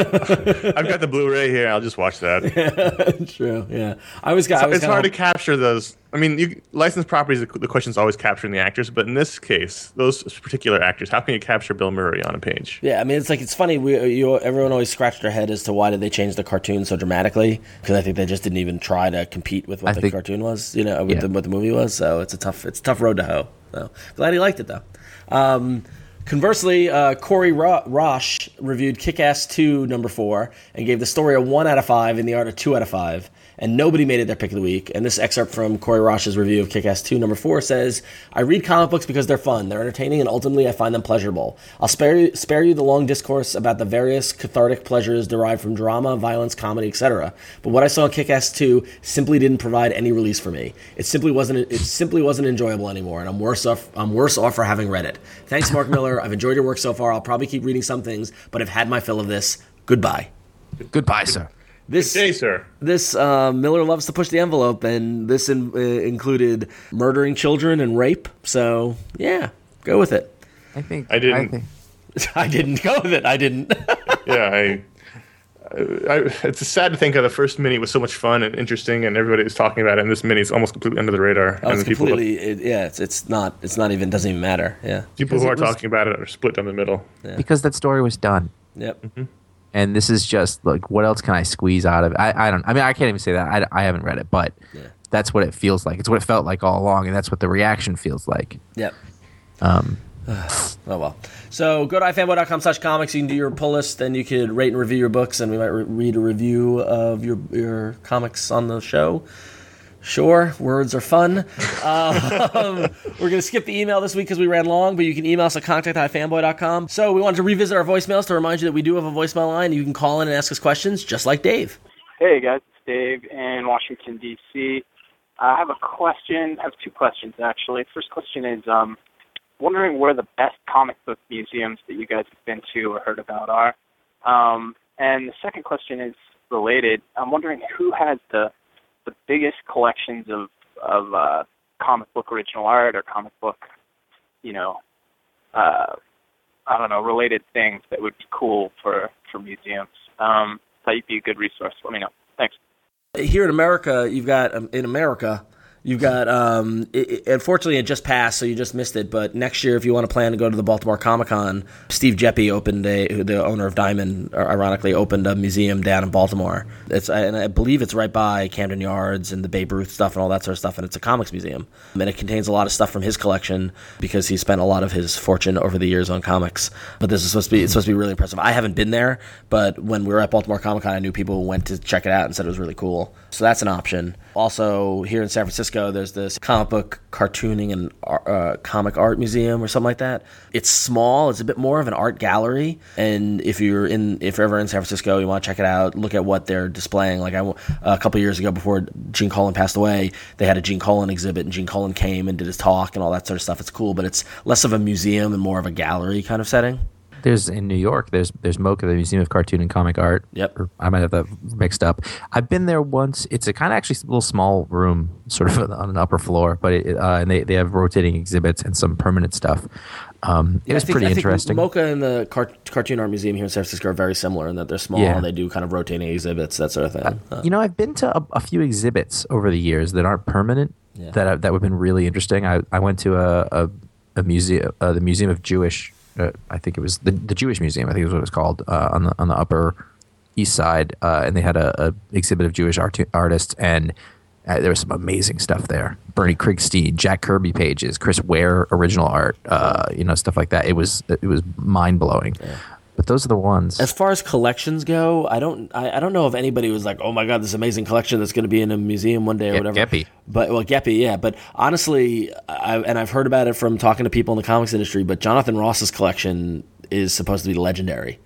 S3: got the Blu-ray here. I'll just watch that.
S2: True. Yeah. I was. I was
S3: it's hard
S2: kinda-
S3: to capture those. I mean, you, licensed properties, the question's always capturing the actors, but in this case, those particular actors, how can you capture Bill Murray on a page?
S2: Yeah, I mean, it's like it's funny. We you, everyone always scratched their head as to why did they change the cartoon so dramatically? Because I think they just didn't even try to compete with what
S1: I
S2: the
S1: think-
S2: cartoon was. You know, with
S1: Yeah.
S2: the, what the movie was. So it's a tough it's a tough road to hoe. So glad he liked it though. Um, conversely, uh, Corey Ro- Rosh reviewed Kick-Ass Two number four and gave the story a one out of five and the art a two out of five. And nobody made it their pick of the week. And this excerpt from Corey Rosh's review of Kick-Ass 2, number 4, says, I read comic books because they're fun, they're entertaining, and ultimately I find them pleasurable. I'll spare you, spare you the long discourse about the various cathartic pleasures derived from drama, violence, comedy, etc. But what I saw in Kick-Ass 2 simply didn't provide any release for me. It simply wasn't it simply wasn't enjoyable anymore, and I'm worse off I'm worse off for having read it. Thanks, Mark Miller. I've enjoyed your work so far. I'll probably keep reading some things, but I've had my fill of this. Goodbye.
S1: Goodbye, sir.
S2: This
S3: Hey, sir.
S2: this uh, Miller loves to push the envelope, and this in, uh, included murdering children and rape. So yeah, go with it.
S1: I think
S3: I didn't.
S1: think-
S2: I didn't go with it. I didn't.
S3: Yeah, I, I, I. It's sad to think that the first mini was so much fun and interesting, and everybody was talking about it. And this mini is almost completely under the radar.
S2: I
S3: and
S2: was
S3: the people,
S2: Oh, completely. It, yeah, it's it's not. It's not even. Doesn't even matter. Yeah.
S3: people who are
S1: Because it was-
S3: talking about it are split down the middle.
S1: because that story was done.
S2: Yep.
S3: Mm-hmm.
S1: and this is just like what else can i squeeze out of it i, I don't i mean i can't even say that i, I haven't read it but that's what it feels like it's what it felt like all along and that's what the reaction feels like
S2: Yep. Um. oh well. So go to ifanboy.com slash comics. You can do your pull list, and you could rate and review your books, and we might re- read a review of your your comics on the show. Sure, words are fun. Um, we're going to skip the email this week because we ran long, but you can email us at contact@fanboy.com. So we wanted to revisit our voicemails to remind you that we do have a voicemail line. You can call in and ask us questions, just like Dave.
S4: Hey guys, it's Dave in Washington D.C. I have a question. I have two questions actually. First question is, um, wondering where the best comic book museums that you guys have been to or heard about are. Um, and the second question is related. I'm wondering who has the the biggest collections of of uh, comic book original art or comic book, you know, uh, I don't know, related things that would be cool for for museums. Um, that would be a good resource. Let me know. Thanks.
S2: here in America, you've got um, in America, you've got. Um, it, it- unfortunately, it just passed, so you just missed it. But next year, if you want to plan to go to the Baltimore Comic Con, Steve Jeppy opened a who- the owner of Diamond, uh, ironically, opened a museum down in Baltimore. It's I- and I believe it's right by Camden Yards and the Babe Ruth stuff and all that sort of stuff. And it's a comics museum, and it contains a lot of stuff from his collection because he spent a lot of his fortune over the years on comics. But this is supposed to be it's supposed to be really impressive. I haven't been there, but when we were at Baltimore Comic Con, I knew people who went to check it out and said it was really cool. So that's an option. Also, here in San Francisco, there's this comic book cartooning and ar- uh, comic art museum or something like that. It's small. It's a bit more of an art gallery. And if you're in, if you're ever in San Francisco, you want to check it out. Look at what they're displaying. Like I, w- a couple years ago, before Gene Colan passed away, they had a Gene Colan exhibit, and Gene Colan came and did his talk and all that sort of stuff. It's cool, but it's less of a museum and more of a gallery kind of setting.
S1: there's in new york there's there's mocha the museum of cartoon and comic art
S2: Yep.
S1: Or i might have that mixed up i've been there once it's a kind of actually a little small room sort of on an upper floor but it, uh, and they, they have rotating exhibits and some permanent stuff um, it was
S2: I think-
S1: pretty
S2: I think
S1: interesting
S2: Mocha and the Car- Cartoon Art Museum here in San Francisco are very similar in that they're small.
S1: Yeah.
S2: They do kind of rotating exhibits, that sort of thing. Uh,
S1: You know, I've been to a, a few exhibits over the years that aren't permanent that I, that have been really interesting. I, I went to a a, a museum, uh, the Museum of Jewish, uh, I think it was the, the Jewish Museum, I think is what it was called uh, on the on the Upper East Side, uh, and they had a, a exhibit of Jewish art, artists, and uh, there was some amazing stuff there. Bernie Krigstein, Jack Kirby pages, Chris Ware original art, uh, you know, stuff like that. It was it was mind blowing. But those are the ones.
S2: as far as collections go, I don't, I, I don't know if anybody was like, "Oh my god, this amazing collection that's going to be in a museum one day" or
S1: Ge-
S2: whatever.
S1: Geppy.
S2: but well, Geppy, yeah. But honestly, I, and I've heard about it from talking to people in the comics industry. But Jonathan Ross's collection is supposed to be legendary.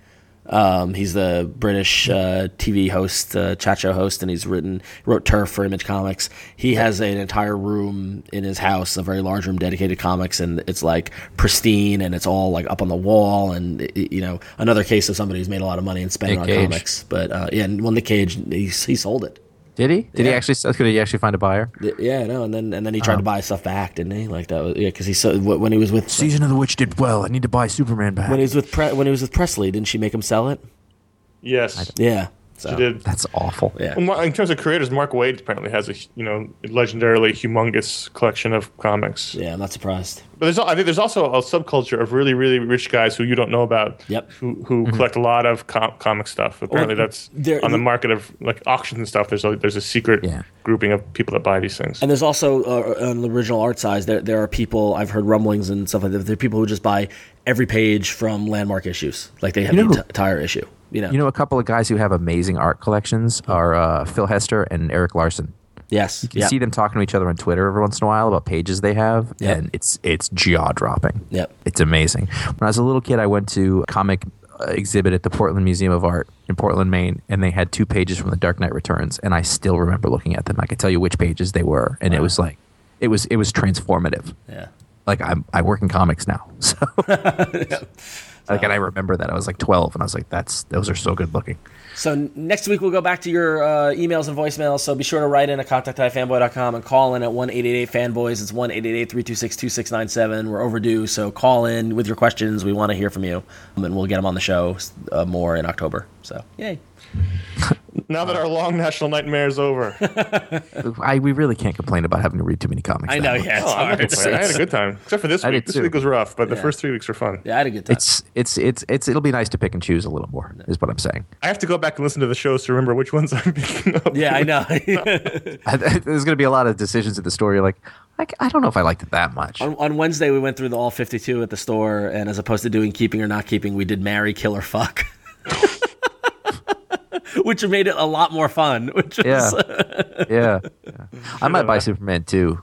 S2: Um, he's the British uh, TV host, uh, chat show host, and he's written wrote Turf for Image Comics. He has an entire room in his house, a very large room dedicated to comics, and it's like pristine, and it's all like up on the wall, and i- you know another case of somebody who's made a lot of money and spent it
S1: Nick
S2: on
S1: Cage.
S2: comics. But uh, yeah, and when the cage, he, he sold it.
S1: did he? Did he
S2: Yeah.
S1: actually? Could he actually find a buyer?
S2: Y- Yeah, no, and then and then he
S1: Uh-huh.
S2: tried to buy stuff back, didn't he? Like that was yeah, because he so wh- when he was with
S1: Season of the Witch did well. I need to buy Superman back.
S2: when he was with Pre- when he was with Presley, didn't she make him sell it?
S3: Yes,
S2: Yeah, so
S3: she did.
S1: That's awful.
S2: yeah.
S3: Well, Mar- in terms of creators, Mark Wade apparently has a you know legendarily humongous collection of comics.
S2: Yeah, I'm not surprised.
S3: But there's al- I think there's also a subculture of really really rich guys who you don't know about.
S2: Yep.
S3: Who who collect a lot of com- comic stuff. Apparently that's
S2: they're-
S3: on the market of like auctions and stuff. There's a, there's a secret
S1: Yeah.
S3: grouping of people that buy these things.
S2: And there's also uh, on the original art size, there there are people I've heard rumblings and stuff like that. There are people who just buy every page from landmark issues, like they have
S1: You know
S2: the
S1: who-
S2: enti- entire issue. You know,
S1: You know, a couple of guys who have amazing art collections are uh, Phil Hester and Eric Larson.
S2: yes,
S1: You
S2: yeah,
S1: see them talking to each other on Twitter every once in a while about pages they have,
S2: Yeah.
S1: and it's it's jaw dropping.
S2: Yep.
S1: it's amazing. When I was a little kid, I went to a comic uh, exhibit at the Portland Museum of Art in Portland, Maine, and they had two pages from The Dark Knight Returns, and I still remember looking at them. I could tell you which pages they were, and it was like, it was it was transformative.
S2: yeah.
S1: Like I'm I work in comics now, so Like, and I remember that I was like 12, and I was like, "That's those are so good looking."
S2: So n- next week we'll go back to your uh, emails and voicemails. So be sure to write in at contactfanboy.com and call in at one eight eight eight fanboys. It's one eight eight eight three two six two six nine seven. We're overdue, so call in with your questions. We want to hear from you, um, and we'll get them on the show uh, more in October. So yay!
S3: Now that our long national nightmare is over,
S1: I we really can't complain about having to read too many comics.
S2: I
S1: that
S2: know,
S1: much.
S2: yeah, it's
S3: Oh, I'm not
S2: hard.
S3: complaining. I had a good time, except for this
S1: I
S3: week.
S1: did
S3: This
S1: too.
S3: week was rough, but the
S2: Yeah.
S3: first three weeks were fun.
S2: yeah, I had a good time.
S1: It's it's it's it's it'll be nice to pick and choose a little more. Is what I'm saying.
S3: I have to go back and listen to the shows to remember which ones I'm picking up.
S2: yeah, I know.
S1: There's going to be a lot of decisions in the story. Like, I, I don't know if I liked it that much.
S2: on, on Wednesday we went through the all fifty two at the store, and as opposed to doing keeping or not keeping, we did marry, kill or fuck. Which made it a lot more fun. Which was
S1: Yeah, yeah. yeah. I might buy Superman too.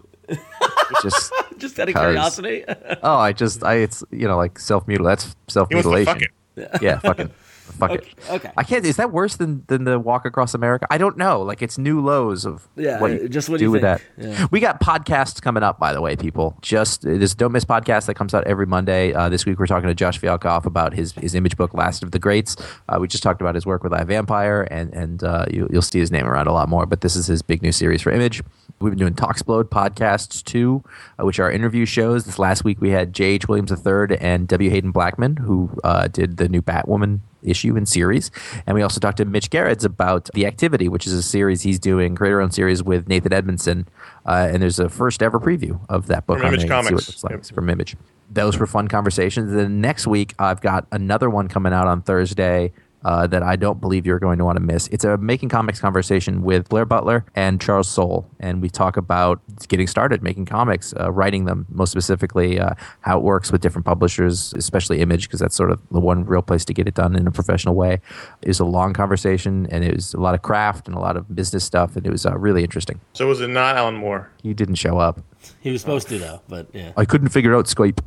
S1: just
S2: just out of
S1: 'Cause-
S2: curiosity.
S1: oh, I just I it's you know like self mutil. That's self
S3: He wants to fuck
S1: mutilation.
S3: it.
S1: Yeah, fucking. Fuck
S2: Okay,
S1: it.
S2: okay.
S1: I can't. Is that worse than than the walk across America? I don't know. Like it's new lows of
S2: Yeah,
S1: What do you
S2: just what do
S1: do
S2: you
S1: with
S2: think?
S1: that?
S2: Yeah.
S1: We got podcasts coming up, by the way, people. Just this don't miss podcast that comes out every Monday. Uh, this week we're talking to Josh Fialkoff about his his image book, Last of the Greats. Uh, we just talked about his work with iVampire, and and uh, you, you'll see his name around a lot more. But this is his big new series for Image. We've been doing Talksplode podcasts too, uh, which are interview shows. This last week we had J.H. Williams III and W. Hayden Blackman, who uh, did the new Batwoman issue and series. And we also talked to Mitch Gerrits about The Activity, which is a series he's doing, creator owned series with Nathan Edmondson. Uh, and there's a first ever preview of that book
S3: From
S1: on
S3: Image
S1: there. You can see what
S3: Comics.
S1: it looks like.
S3: Yep.
S1: It's from Image. Those were fun conversations. Then next week, I've got another one coming out on Thursday. Uh, that I don't believe you're going to want to miss. It's a making comics conversation with Blair Butler and Charles Soule, and we talk about getting started making comics, uh, writing them, most specifically uh, how it works with different publishers, especially Image, because that's sort of the one real place to get it done in a professional way. It was a long conversation, and it was a lot of craft and a lot of business stuff, and it was uh, really interesting.
S3: So was it not Alan Moore?
S1: He didn't show up.
S2: He was supposed to though, but yeah.
S1: I couldn't figure out Skype.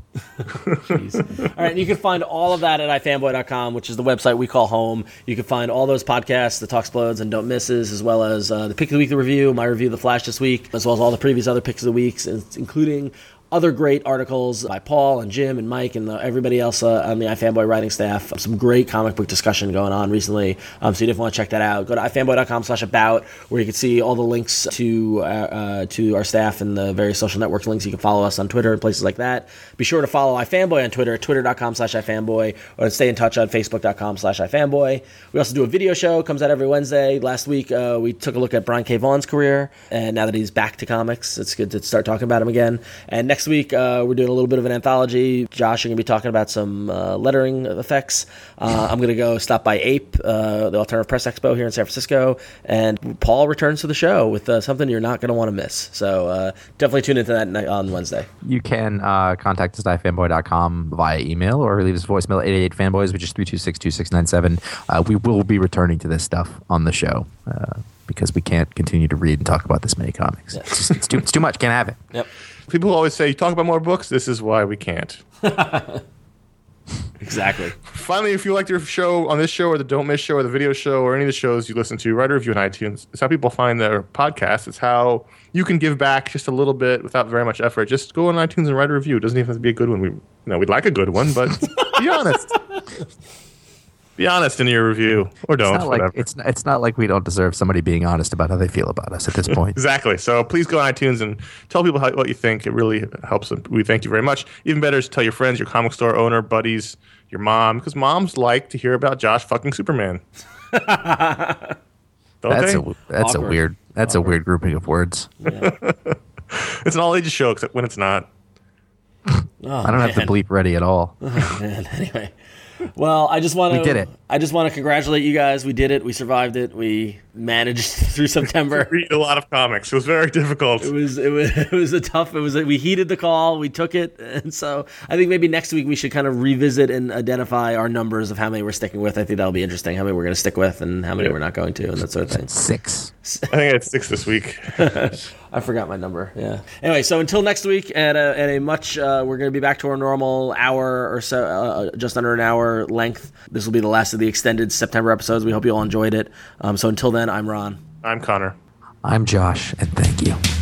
S2: All right, and you can find all of that at ifanboy.com, which is the website we call home. You can find all those podcasts, the Talk Explodes and Don't Misses, as well as uh, the Pick of the Week the review, my review of The Flash this week, as well as all the previous other picks of the weeks, in- including other great articles by Paul and Jim and Mike and uh everybody else uh, on the iFanboy writing staff. Some great comic book discussion going on recently, um, so you definitely want to check that out. Go to ifanboy.com slash about, where you can see all the links to uh, uh, to our staff and the various social networks links. You can follow us on Twitter and places like that. Be sure to follow iFanboy on Twitter, twitter.com slash iFanboy, or stay in touch on facebook.com slash iFanboy. We also do a video show, comes out every Wednesday. Last week, uh, we took a look at Brian K. Vaughn's career, and now that he's back to comics, it's good to start talking about him again. And next week, uh, we're doing a little bit of an anthology. Josh, you're going to be talking about some uh, lettering effects. Uh, I'm going to go stop by Ape, uh, the Alternative Press Expo here in San Francisco, and Paul returns to the show with uh, something you're not going to want to miss. So uh, definitely tune into that ni- on Wednesday.
S1: You can uh, contact us at fanboy.com via email or leave us a voicemail at 88fanboys, which is 326-2697. Uh, we will be returning to this stuff on the show uh, because we can't continue to read and talk about this many comics. It's, just, it's, too, it's too much. Can't have it.
S2: Yep.
S3: People always say, you talk about more books. This is why we can't.
S2: Exactly.
S3: Finally, if you liked your show on this show or the Don't Miss show or the video show or any of the shows you listen to, write a review on iTunes. It's how people find their podcasts. It's how you can give back just a little bit without very much effort. Just go on iTunes and write a review. It doesn't even have to be a good one. We you know we'd like a good one, but be honest. Be honest in your review or don't.
S1: It's not,
S3: whatever.
S1: like, it's, not- it's not like we don't deserve somebody being honest about how they feel about us at this point.
S3: Exactly. So please go on iTunes and tell people how, what you think. It really helps. Them. We thank you very much. Even better is tell your friends, your comic store owner, buddies, your mom, because moms like to hear about Josh fucking Superman. Don't
S1: That's
S3: they?
S1: a that's a
S2: Awkward.
S1: weird that's a weird grouping of words.
S3: it's an all ages show, except when it's not.
S1: I don't have the bleep ready at all.
S2: man. Anyway, well, I just want to.
S1: We did it.
S2: I just want to congratulate you guys. We did it. We survived it. We managed through September.
S3: Read a lot of comics. It was very difficult.
S2: It was it was it was a tough. It was a, we heeded the call. We took it, and so I think maybe next week we should kind of revisit and identify our numbers of how many we're sticking with. I think that'll be interesting. How many we're going to stick with, and how many we're not going to, and that sort of thing.
S1: Six.
S3: I think I had six this week.
S2: I forgot my number. Yeah. Anyway, so until next week, at a, at a much, uh, we're going to be back to our normal hour or so, uh, just under an hour length. This will be the last of the extended September episodes. We hope you all enjoyed it. Um, so until then, I'm Ron.
S3: I'm Connor.
S1: I'm Josh, and thank you.